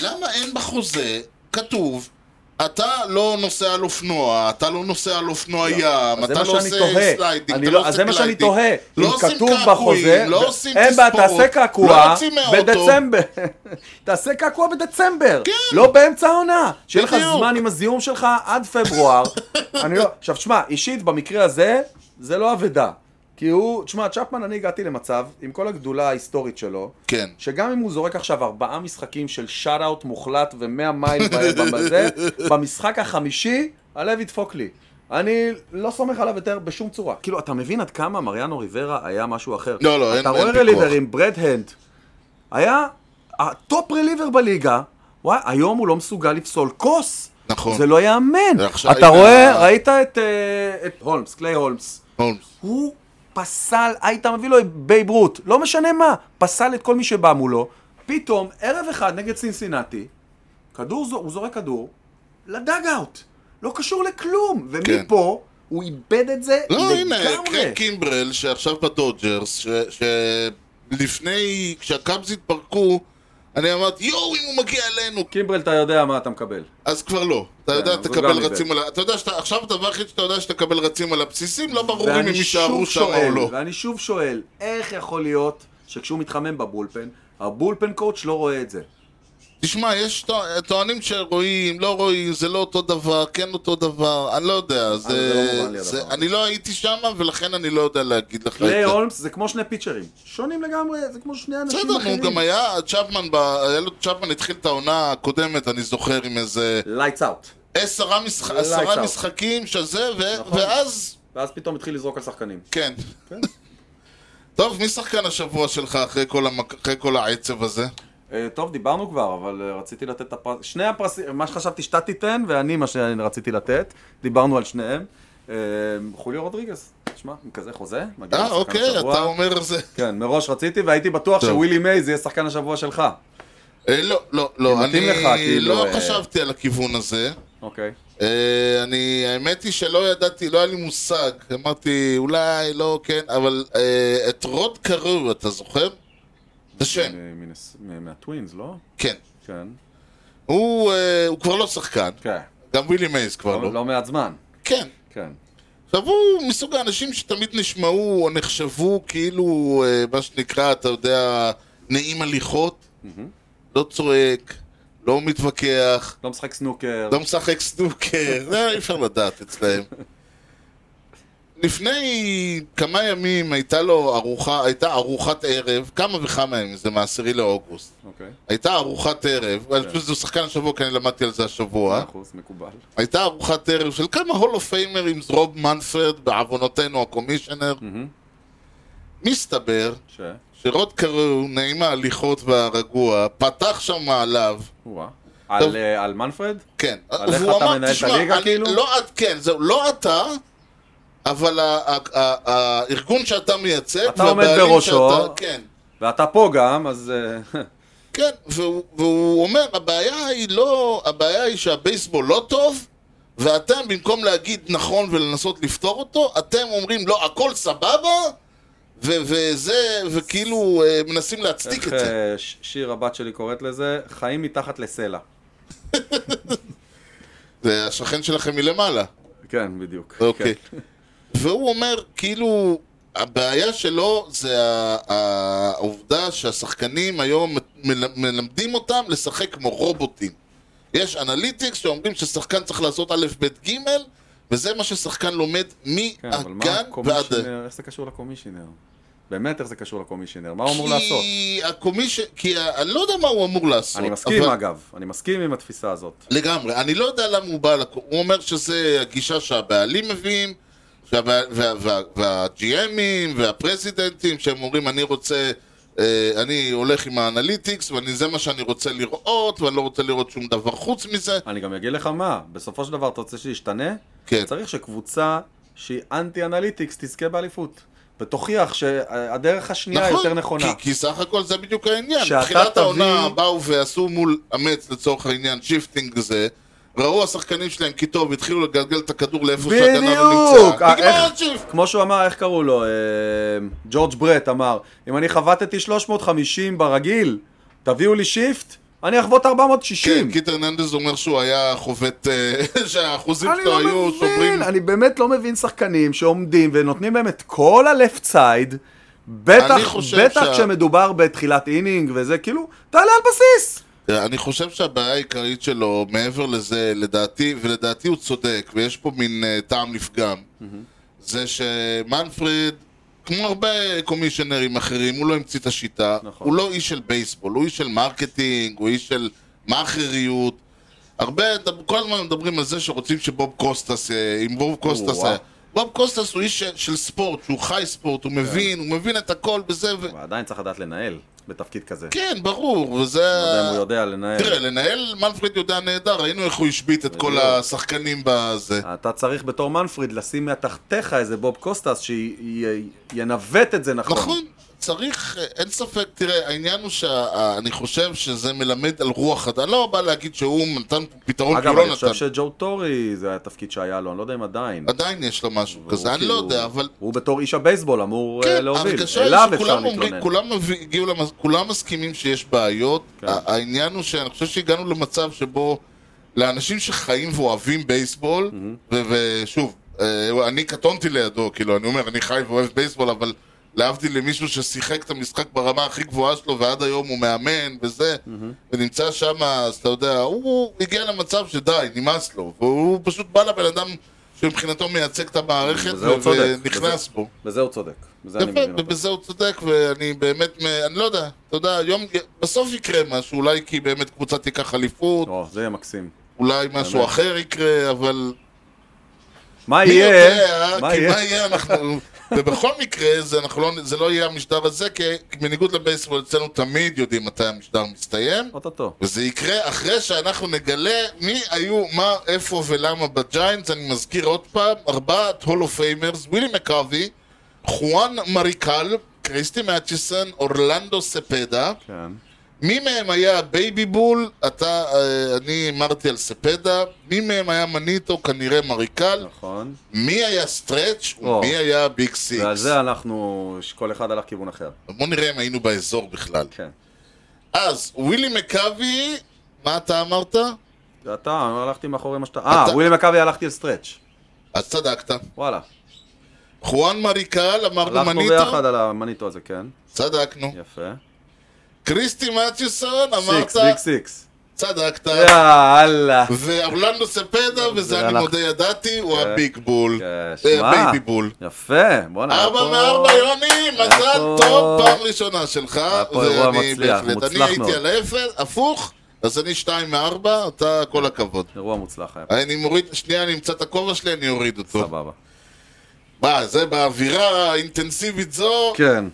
Speaker 1: למה אין בחוזה כתוב, אתה לא נוסע על אופנוע, אתה לא נוסע על אופנוע ים,
Speaker 2: אז זה
Speaker 1: אתה
Speaker 2: מה
Speaker 1: לא
Speaker 2: שאני
Speaker 1: עושה
Speaker 2: תוהה.
Speaker 1: סליידינג,
Speaker 2: אני
Speaker 1: אתה לא
Speaker 2: לא- אז
Speaker 1: עושה
Speaker 2: זה מה שאני
Speaker 1: גליידינג,
Speaker 2: תוהה.
Speaker 1: לא
Speaker 2: אם
Speaker 1: עושים
Speaker 2: כתוב בחוזה,
Speaker 1: קעקועים, לא
Speaker 2: ו-
Speaker 1: עושים
Speaker 2: אין בעיה,
Speaker 1: תספורות,
Speaker 2: תעשה
Speaker 1: לא
Speaker 2: קעקוע
Speaker 1: יוצאים מהאוטו,
Speaker 2: בדצמבר. תעשה קעקוע בדצמבר.
Speaker 1: כן.
Speaker 2: לא באמצע העונה. שיהיה לך
Speaker 1: בדיוק.
Speaker 2: זמן עם הזיהום שלך עד פברואר. אני לא... עכשיו, תשמע, אישית, במקרה הזה, זה לא אבדה. כי הוא, תשמע, צ'פמן, אני הגעתי למצב, עם כל הגדולה ההיסטורית שלו,
Speaker 1: כן.
Speaker 2: שגם אם הוא זורק עכשיו ארבעה משחקים של שאט אאוט מוחלט ומאה מייל ב- בזה, במשחק החמישי, הלב ידפוק לי. אני לא סומך עליו יותר בשום צורה. כאילו, אתה מבין עד כמה מריאנו ריברה היה משהו אחר.
Speaker 1: לא, לא, אין-
Speaker 2: אתה
Speaker 1: אין
Speaker 2: רואה
Speaker 1: פיקוח.
Speaker 2: רליבר עם ברד הנד, היה הטופ רליבר בליגה, וואי, היום הוא לא מסוגל לפסול כוס.
Speaker 1: נכון.
Speaker 2: זה לא ייאמן.
Speaker 1: ועכשיו
Speaker 2: אתה
Speaker 1: עם
Speaker 2: רואה,
Speaker 1: ה-
Speaker 2: ראית את אה, את הולמס, קליי הולמס.
Speaker 1: הולמס.
Speaker 2: הוא פסל, היית מביא לו את בייב רות, לא משנה מה, פסל את כל מי שבא מולו, פתאום ערב אחד נגד סינסינטי, כדור, זו- הוא זורק כדור, לדאג-אאוט, לא קשור לכלום, ומפה הוא איבד את זה
Speaker 1: כן. לא, הנה,
Speaker 2: לגמרי.
Speaker 1: קרק קימברל, שעכשיו בדודג'רס, ש- שלפני, כשהקאבס התפרקו, אני אמרתי, יואו, אם הוא מגיע אלינו,
Speaker 2: קימברל, אתה יודע מה אתה מקבל.
Speaker 1: אז כבר לא. אתה יודע,
Speaker 2: כן, אז הוא
Speaker 1: תקבל
Speaker 2: גם איבד.
Speaker 1: רצים על ה... אתה יודע שאתה... עכשיו הדבר היחיד שאתה יודע שתקבל רצים על הבסיסים, לא ברור אם הם
Speaker 2: ואני
Speaker 1: יישארו
Speaker 2: שוב
Speaker 1: שם או
Speaker 2: שואל,
Speaker 1: לא.
Speaker 2: ואני שוב שואל, איך יכול להיות שכשהוא מתחמם בבולפן, הבולפן קואוץ' לא רואה את זה?
Speaker 1: תשמע, יש טוע- טוענים שרואים, לא רואים, זה לא אותו דבר, כן אותו דבר, אני לא יודע.
Speaker 2: זה לא מובן לי
Speaker 1: זה... זה-
Speaker 2: הדבר הזה.
Speaker 1: אני לא הייתי שם, ולכן אני לא יודע להגיד לך את
Speaker 2: קליי
Speaker 1: זה.
Speaker 2: הולמס זה כמו שני פיצ'רים, שונים לגמרי, זה כמו שני אנשים
Speaker 1: בסדר,
Speaker 2: אחרים.
Speaker 1: נו, גם היה צ'פמן, ב- היה לו צ'פמן התחיל את העונה הקודמת, אני זוכר, עם איזה...
Speaker 2: Lights out.
Speaker 1: עשרה, משח...
Speaker 2: Lights out.
Speaker 1: עשרה משחקים שזה, ו...
Speaker 2: לא, נכון.
Speaker 1: ואז,
Speaker 2: ואז פתאום התחיל לזרוק על שחקנים.
Speaker 1: כן. טוב, מי שחקן השבוע שלך אחרי כל, המק... אחרי כל העצב הזה?
Speaker 2: אה, טוב, דיברנו כבר, אבל אה, רציתי לתת את הפרס... שני הפרסים, מה שחשבתי שאתה תיתן, ואני מה שאני רציתי לתת, דיברנו על שניהם. אה, חוליו רודריגז. תשמע, עם כזה חוזה, מגיע
Speaker 1: אה,
Speaker 2: לשחקן
Speaker 1: אוקיי,
Speaker 2: השבוע.
Speaker 1: אתה אומר זה.
Speaker 2: כן, מראש רציתי, והייתי בטוח
Speaker 1: טוב.
Speaker 2: שווילי מייז יהיה שחקן השבוע שלך.
Speaker 1: אה, לא, לא, לא,
Speaker 2: מתאים
Speaker 1: אני
Speaker 2: לך, כאילו,
Speaker 1: לא
Speaker 2: אה,
Speaker 1: חשבתי על הכיוון הזה.
Speaker 2: אוקיי.
Speaker 1: אה, אני, האמת היא שלא ידעתי, לא היה לי מושג. אמרתי, אולי, לא, כן, אבל אה, את רוד קרו, אתה זוכר? זה שם,
Speaker 2: מ- מנס- אה, מ- מהטווינס, לא?
Speaker 1: כן.
Speaker 2: כן.
Speaker 1: הוא אה, הוא כבר לא שחקן,
Speaker 2: כן.
Speaker 1: גם ווילי מייז כבר
Speaker 2: לא
Speaker 1: לא.
Speaker 2: לא מעט זמן.
Speaker 1: כן.
Speaker 2: כן.
Speaker 1: עכשיו הוא מסוג האנשים שתמיד נשמעו או נחשבו כאילו, אה, מה שנקרא, אתה יודע, נעים הליכות, לא צועק, לא מתווכח,
Speaker 2: לא משחק סנוקר.
Speaker 1: לא משחק סנוקר, זה אי אפשר לדעת אצלהם. לפני כמה ימים הייתה לו ארוחה, הייתה ארוחת ערב, כמה וכמה ימים, זה מעשירי לאוגוסט.
Speaker 2: אוקיי.
Speaker 1: הייתה ארוחת ערב, ואני חושב שזה שחקן השבוע, כי אני למדתי על זה השבוע.
Speaker 2: מאה אחוז, מקובל.
Speaker 1: הייתה ארוחת ערב של כמה הול אוף פיימרים זרוב מנפרד בעוונותינו הקומישיונר.
Speaker 2: מהמם.
Speaker 1: מסתבר
Speaker 2: ש...
Speaker 1: שרוד קרו, נעים ההליכות והרגוע, פתח שם מעליו.
Speaker 2: וואה. על אה, על מנפרד?
Speaker 1: כן.
Speaker 2: על איך
Speaker 1: והוא
Speaker 2: אתה
Speaker 1: אמר,
Speaker 2: מנהל את
Speaker 1: "תשמע,
Speaker 2: הליגה,
Speaker 1: אני-
Speaker 2: כאילו?"
Speaker 1: לא את, כן, זהו, לא אתה, אבל ה- ה- ה- הארגון שאתה מייצג,
Speaker 2: אתה עומד
Speaker 1: והבעלים
Speaker 2: בראשו.
Speaker 1: שאתה- כן.
Speaker 2: ואתה פה גם, אז... אה,
Speaker 1: כן, והוא, והוא אומר, הבעיה היא לא, הבעיה היא שהבייסבול לא טוב, ואתם במקום להגיד נכון ולנסות לפתור אותו, אתם אומרים לא, הכל סבבה, ו- וזה, וכאילו אה, מנסים להצדיק
Speaker 2: איך
Speaker 1: את זה.
Speaker 2: אה, ש- שיר הבת שלי קוראת לזה? חיים מתחת לסלע.
Speaker 1: זה השכן שלכם מלמעלה,
Speaker 2: כן, בדיוק.
Speaker 1: אוקיי.
Speaker 2: כן.
Speaker 1: והוא אומר, כאילו, הבעיה שלו זה ה- העובדה שהשחקנים היום מל- מלמדים אותם לשחק כמו רובוטים. יש אנליטיקס שאומרים ששחקן צריך לעשות א', ב', ג', וזה מה ששחקן לומד
Speaker 2: כן, אבל מה
Speaker 1: מהגן ועד...
Speaker 2: הקומישיונר? איך זה קשור לקומישיונר? באמת, איך זה קשור לקומישיונר? מה הוא אמור לעשות?
Speaker 1: כי הקומיש... כי ה- אני לא יודע מה הוא אמור לעשות.
Speaker 2: אני מסכים,
Speaker 1: אבל-
Speaker 2: אגב. אני מסכים עם התפיסה הזאת.
Speaker 1: לגמרי. אני לא יודע למה הוא בא... לק- הוא אומר שזה הגישה שהבעלים מביאים, שהבע- וה- וה- וה-GMים והפרזידנטים, שהם אומרים, אני רוצה... אה, אני הולך עם האנליטיקס, וזה מה שאני רוצה לראות, ואני לא רוצה לראות שום דבר חוץ מזה.
Speaker 2: אני גם אגיד לך מה, בסופו של דבר אתה רוצה שישתנה?
Speaker 1: כן.
Speaker 2: צריך שקבוצה שהיא אנטי-אנליטיקס תזכה באליפות. ותוכיח שהדרך השנייה יותר נכונה.
Speaker 1: נכון, כי, כי סך הכל זה בדיוק העניין.
Speaker 2: שאתה
Speaker 1: תחילת
Speaker 2: תביא-
Speaker 1: העונה באו ועשו מול אמץ לצורך העניין שיפטינג זה. ראו השחקנים שלהם כי טוב, התחילו לגלגל את הכדור לאיפה שהגנב לא
Speaker 2: בדיוק!
Speaker 1: נמצא.
Speaker 2: אה,
Speaker 1: נגמר
Speaker 2: איך-
Speaker 1: הצ'יפט!
Speaker 2: כמו שהוא אמר, איך קראו לו? אה, ג'ורג' ברט אמר, אם אני חבטתי 350 ברגיל, תביאו לי שיפט, אני אחבוט 460.
Speaker 1: כן, קיטר ננדז אומר שהוא היה חובט, אה, שהאחוזים
Speaker 2: אני
Speaker 1: שלו
Speaker 2: לא
Speaker 1: היו שוברים.
Speaker 2: מבין, אני באמת לא מבין שחקנים שעומדים ונותנים להם את כל הלפט סייד, בטח,
Speaker 1: אני חושב שה-
Speaker 2: בטח כשמדובר בתחילת אינינג וזה, כאילו, תעלה על בסיס.
Speaker 1: אני חושב שהבעיה העיקרית שלו, מעבר לזה, לדעתי, ולדעתי הוא צודק, ויש פה מין אה, טעם לפגם, זה שמנפרד, כמו הרבה קומישיונרים אחרים, הוא לא המציא את השיטה,
Speaker 2: נכון.
Speaker 1: הוא לא איש של בייסבול, הוא איש של מרקטינג, הוא איש של מאכריות. הרבה, כל הזמן מדברים על זה שרוצים שבוב קוסטס, אה, אם בוב קוסטס
Speaker 2: וואו.
Speaker 1: היה... בוב קוסטס הוא איש של- של ספורט, הוא חי ספורט,
Speaker 2: כן.
Speaker 1: הוא מבין, הוא מבין את הכל וזה, ו...
Speaker 2: אבל עדיין צריך לדעת לנהל בתפקיד כזה.
Speaker 1: כן, ברור, וזה...
Speaker 2: לא יודע אם הוא יודע לנהל.
Speaker 1: תראה, לנהל מנפריד יודע נהדר, ראינו איך הוא השבית את כל השחקנים בזה.
Speaker 2: אתה צריך בתור מנפריד לשים מתחתיך איזה בוב קוסטס שינווט את זה נכון.
Speaker 1: נכון, צריך, אין ספק, תראה, העניין הוא שאני חושב שזה מלמד על רוח, אני לא בא להגיד שהוא נתן פתרון כי
Speaker 2: אגב,
Speaker 1: הוא
Speaker 2: אני
Speaker 1: לא
Speaker 2: חושב
Speaker 1: נתן,
Speaker 2: שג'ו טורי זה התפקיד שהיה לו, אני לא יודע אם עדיין.
Speaker 1: עדיין יש לו משהו
Speaker 2: הוא
Speaker 1: כזה, אני לא
Speaker 2: כאילו-
Speaker 1: יודע, אבל...
Speaker 2: הוא בתור איש הבייסבול אמור אה,
Speaker 1: כן,
Speaker 2: להוביל.
Speaker 1: ההרגשה היא
Speaker 2: אליו אפשר
Speaker 1: שכולם אומרים,
Speaker 2: להתלונן.
Speaker 1: כולם מביא- הגיעו למס- כולם מסכימים שיש בעיות,
Speaker 2: כן.
Speaker 1: ה- העניין הוא שאני חושב שהגענו למצב שבו לאנשים שחיים ואוהבים בייסבול, ו- ושוב, אה, אני קטונתי לידו, כאילו, אני אומר, אני חי ואוהב בייסבול, אבל להבדיל למישהו ששיחק את המשחק ברמה הכי גבוהה שלו, ועד היום הוא מאמן וזה, ונמצא שם, אז אתה יודע, הוא הגיע למצב שדי, נמאס לו, והוא פשוט בא לבן אדם שמבחינתו מייצג את המערכת,
Speaker 2: בזה הוא צודק.
Speaker 1: ונכנס
Speaker 2: בזה-
Speaker 1: בו.
Speaker 2: בזה הוא צודק. בזה אני
Speaker 1: יפה,
Speaker 2: מבין אותו.
Speaker 1: ובזה הוא צודק, ואני באמת, מ- אני לא יודע, אתה יודע, יום, בסוף יקרה משהו, אולי כי באמת קבוצה תיקח אליפות,
Speaker 2: או, זה יהיה מקסים.
Speaker 1: אולי משהו
Speaker 2: באמת.
Speaker 1: אחר יקרה, אבל
Speaker 2: מה
Speaker 1: מי
Speaker 2: יהיה?
Speaker 1: יודע, כי מה יהיה, אנחנו ובכל מקרה, זה, אנחנו לא, זה לא יהיה המשדר הזה, כי בניגוד לבייסבול, אצלנו תמיד יודעים מתי המשדר מסתיים.
Speaker 2: אוטוטו.
Speaker 1: וזה יקרה אחרי שאנחנו נגלה מי היו, מה, איפה ולמה בג'יינטס. אני מזכיר עוד פעם, ארבעת הולו פיימרס, ווילי מקאבי, חואן מריקל, קריסטי מאצ'יסון, אורלנדו ספדה.
Speaker 2: כן.
Speaker 1: מי מהם היה בייבי בול? אתה, אה, אני אמרתי על ספדה. מי מהם היה מניטו? כנראה מריקל.
Speaker 2: נכון.
Speaker 1: מי היה סטרץ'
Speaker 2: או.
Speaker 1: ומי היה ביג סיקס.
Speaker 2: ועל זה אנחנו, כל אחד הלך כיוון אחר.
Speaker 1: בוא נראה אם היינו באזור בכלל.
Speaker 2: כן.
Speaker 1: אז, ווילי מקאבי, מה אתה אמרת?
Speaker 2: אתה, הלכתי מאחורי מה שאתה... אה,
Speaker 1: אתה-
Speaker 2: ווילי מכבי הלכתי על סטרץ'.
Speaker 1: אז צדקת.
Speaker 2: וואלה.
Speaker 1: חואן מריקל, אמרנו
Speaker 2: הלכנו
Speaker 1: מניטו,
Speaker 2: ביחד על המניטו הזה, כן.
Speaker 1: צדקנו.
Speaker 2: יפה.
Speaker 1: קריסטי מאצ'יסון, אמרת,
Speaker 2: סיקס, ביג סיקס.
Speaker 1: צדקת.
Speaker 2: יאללה.
Speaker 1: ואורלנדו ספדה,
Speaker 2: זה
Speaker 1: וזה אני
Speaker 2: הלך.
Speaker 1: מודה ידעתי, הוא
Speaker 2: כן.
Speaker 1: הביג בול.
Speaker 2: כן,
Speaker 1: אה,
Speaker 2: שמע.
Speaker 1: בייבי בול.
Speaker 2: יפה, בואנה. היה
Speaker 1: ארבע
Speaker 2: פה-
Speaker 1: מארבע, יוני, מזל
Speaker 2: פה-
Speaker 1: טוב, פעם ראשונה שלך.
Speaker 2: פה אירוע
Speaker 1: ואני
Speaker 2: מצליח,
Speaker 1: בהחלט-
Speaker 2: מוצלח
Speaker 1: אני
Speaker 2: מאוד.
Speaker 1: הייתי על האפס, הפוך, אז אני שתיים מארבע, אתה כל הכבוד.
Speaker 2: אירוע מוצלח היה פה,
Speaker 1: אני מוריד, שנייה, אני אמצא את הכובע שלי, אני אוריד אותו.
Speaker 2: סבבה.
Speaker 1: מה, זה באווירה האינטנסיבית זו.
Speaker 2: כן.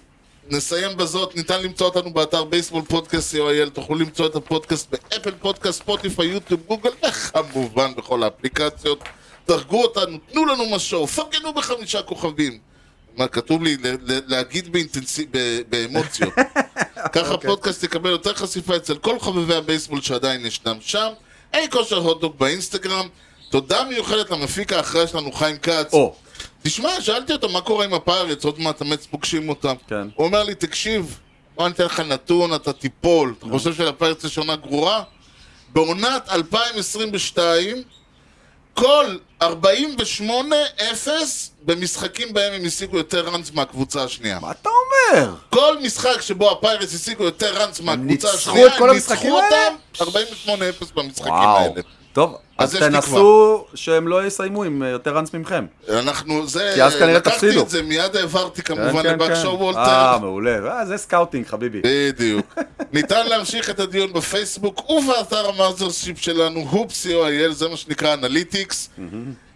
Speaker 1: נסיים בזאת, ניתן למצוא אותנו באתר בייסבול פודקאסט co.il, תוכלו למצוא את הפודקאסט באפל פודקאסט, ספוטיפיי, יוטיוב, גוגל, וכמובן בכל האפליקציות. דרגו אותנו, תנו לנו משוב, פרגנו בחמישה כוכבים. מה כתוב לי? ל- ל- להגיד באינטנסיב... באמוציות. ככה הפודקאסט יקבל יותר חשיפה אצל כל חובבי הבייסבול שעדיין ישנם שם. אי כושר הוטדוג באינסטגרם. תודה מיוחדת למפיק האחראי שלנו, חיים כץ.
Speaker 2: או,
Speaker 1: תשמע, שאלתי אותו מה קורה עם הפארץ, עוד מעט המץ פוגשים אותם.
Speaker 2: כן.
Speaker 1: הוא אומר לי, תקשיב, בוא אני אתן לך נתון, אתה תיפול.
Speaker 2: אה.
Speaker 1: אתה חושב שלפארץ יש עונה גרורה? בעונת 2022, כל 48-0 במשחקים בהם הם השיגו יותר ראנס מהקבוצה השנייה.
Speaker 2: מה אתה אומר?
Speaker 1: כל משחק שבו הפיירטס השיגו יותר ראנס מהקבוצה
Speaker 2: ניצחו
Speaker 1: השנייה,
Speaker 2: את כל
Speaker 1: הם
Speaker 2: המשחקים
Speaker 1: ניצחו
Speaker 2: האלה?
Speaker 1: אותם 48-0 במשחקים
Speaker 2: וואו.
Speaker 1: האלה.
Speaker 2: טוב, אז
Speaker 1: אז יש
Speaker 2: תנסו שהם לא יסיימו עם אה, יותר ראנס ממכם.
Speaker 1: אנחנו, זה,
Speaker 2: כי אז כנראה
Speaker 1: לקחתי
Speaker 2: תפסידו.
Speaker 1: את זה, מיד העברתי
Speaker 2: כן,
Speaker 1: כמובן
Speaker 2: כן,
Speaker 1: לבק
Speaker 2: כן.
Speaker 1: שואוולטר.
Speaker 2: אה, מעולה. אה, זה סקאוטינג, חביבי.
Speaker 1: בדיוק. ניתן להמשיך את הדיון בפייסבוק ובאתר המאזרשיפ שלנו, הופסי.או.איי.ל, זה מה שנקרא אנליטיקס.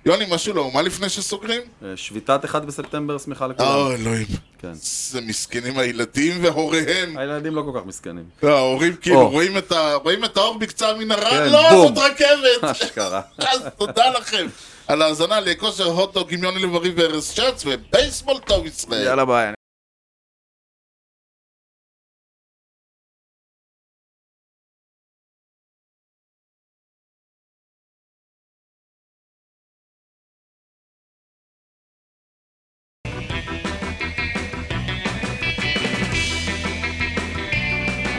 Speaker 1: יוני, משהו לאומה לפני שסוגרים?
Speaker 2: אה, שביתת 1 בספטמבר, שמחה לכולם.
Speaker 1: אה, אלוהים.
Speaker 2: כן.
Speaker 1: זה מסכנים הילדים והוריהם.
Speaker 2: הילדים לא כל כך מסכנים.
Speaker 1: ההורים
Speaker 2: או.
Speaker 1: כאילו רואים את ה- רואים את האור בקצה המנהרה,
Speaker 2: כן,
Speaker 1: לא,
Speaker 2: בום.
Speaker 1: זאת רכבת.
Speaker 2: אשכרה.
Speaker 1: אז תודה לכם על ההאזנה לכושר הוטדוג עם יוני לב-ארי וארז שץ ובייסבול טוב ישראל.
Speaker 2: יאללה ביי.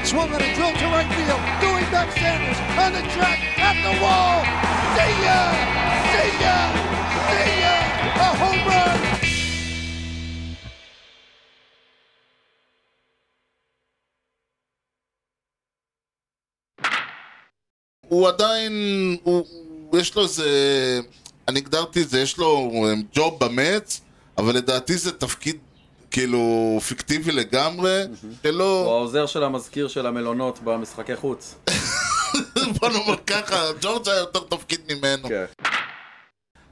Speaker 4: Swung on a drill to right field. Doing back Sanders on the track at the wall. See ya! See ya! See ya! A home run!
Speaker 1: הוא עדיין, הוא, הוא- יש לו איזה, אני הגדרתי את זה, יש לו אמ, ג'וב במץ, אבל לדעתי זה תפקיד כאילו פיקטיבי לגמרי,
Speaker 2: הוא
Speaker 1: שלא,
Speaker 2: העוזר של המזכיר של המלונות במשחקי חוץ.
Speaker 1: אה, בוא נאמר ככה, ג'ורג' היה יותר תפקיד ממנו.
Speaker 2: כן.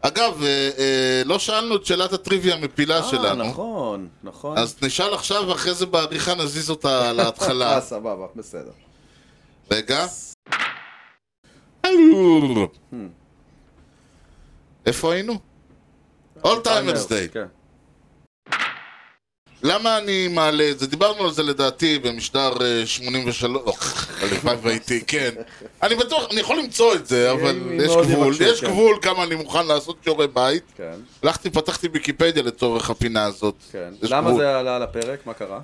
Speaker 1: אגב, אה, אה, לא שאלנו את שאלת הטריוויה המפילה
Speaker 2: אה,
Speaker 1: שלנו,
Speaker 2: נכון, נכון.
Speaker 1: אז נשאל עכשיו, ואחרי זה בעריכה נזיז אותה להתחלה.
Speaker 2: אה, סבבה, בסדר.
Speaker 1: רגע.
Speaker 2: Hmm.
Speaker 1: הלו. איפה היינו? All Timers Day.
Speaker 2: כן.
Speaker 1: למה אני מעלה את זה? דיברנו על זה לדעתי במשדר אה, 83, אוח, הלוואי והייתי, כן. אני בטוח, אני יכול למצוא את זה, אבל
Speaker 2: אם
Speaker 1: יש
Speaker 2: מאוד
Speaker 1: גבול,
Speaker 2: יבקשו,
Speaker 1: יש
Speaker 2: כן.
Speaker 1: גבול כמה אני מוכן לעשות שיעורי בית.
Speaker 2: כן,
Speaker 1: הלכתי, פתחתי ויקיפדיה לצורך הפינה הזאת.
Speaker 2: כן.
Speaker 1: יש
Speaker 2: למה
Speaker 1: גבול.
Speaker 2: זה עלה על הפרק? מה קרה?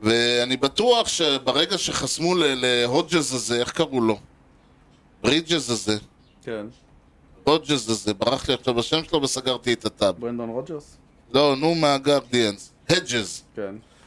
Speaker 1: ואני בטוח שברגע שחסמו ל- להודג'ז הזה, איך קראו לו? ברידג'ז הזה.
Speaker 2: כן.
Speaker 1: הודג'ז הזה, ברח לי עכשיו השם שלו וסגרתי את הטאב.
Speaker 2: ברנדון רוג'רס?
Speaker 1: לא, נו, מהגרדיאנס. הדג'ז.
Speaker 2: כן.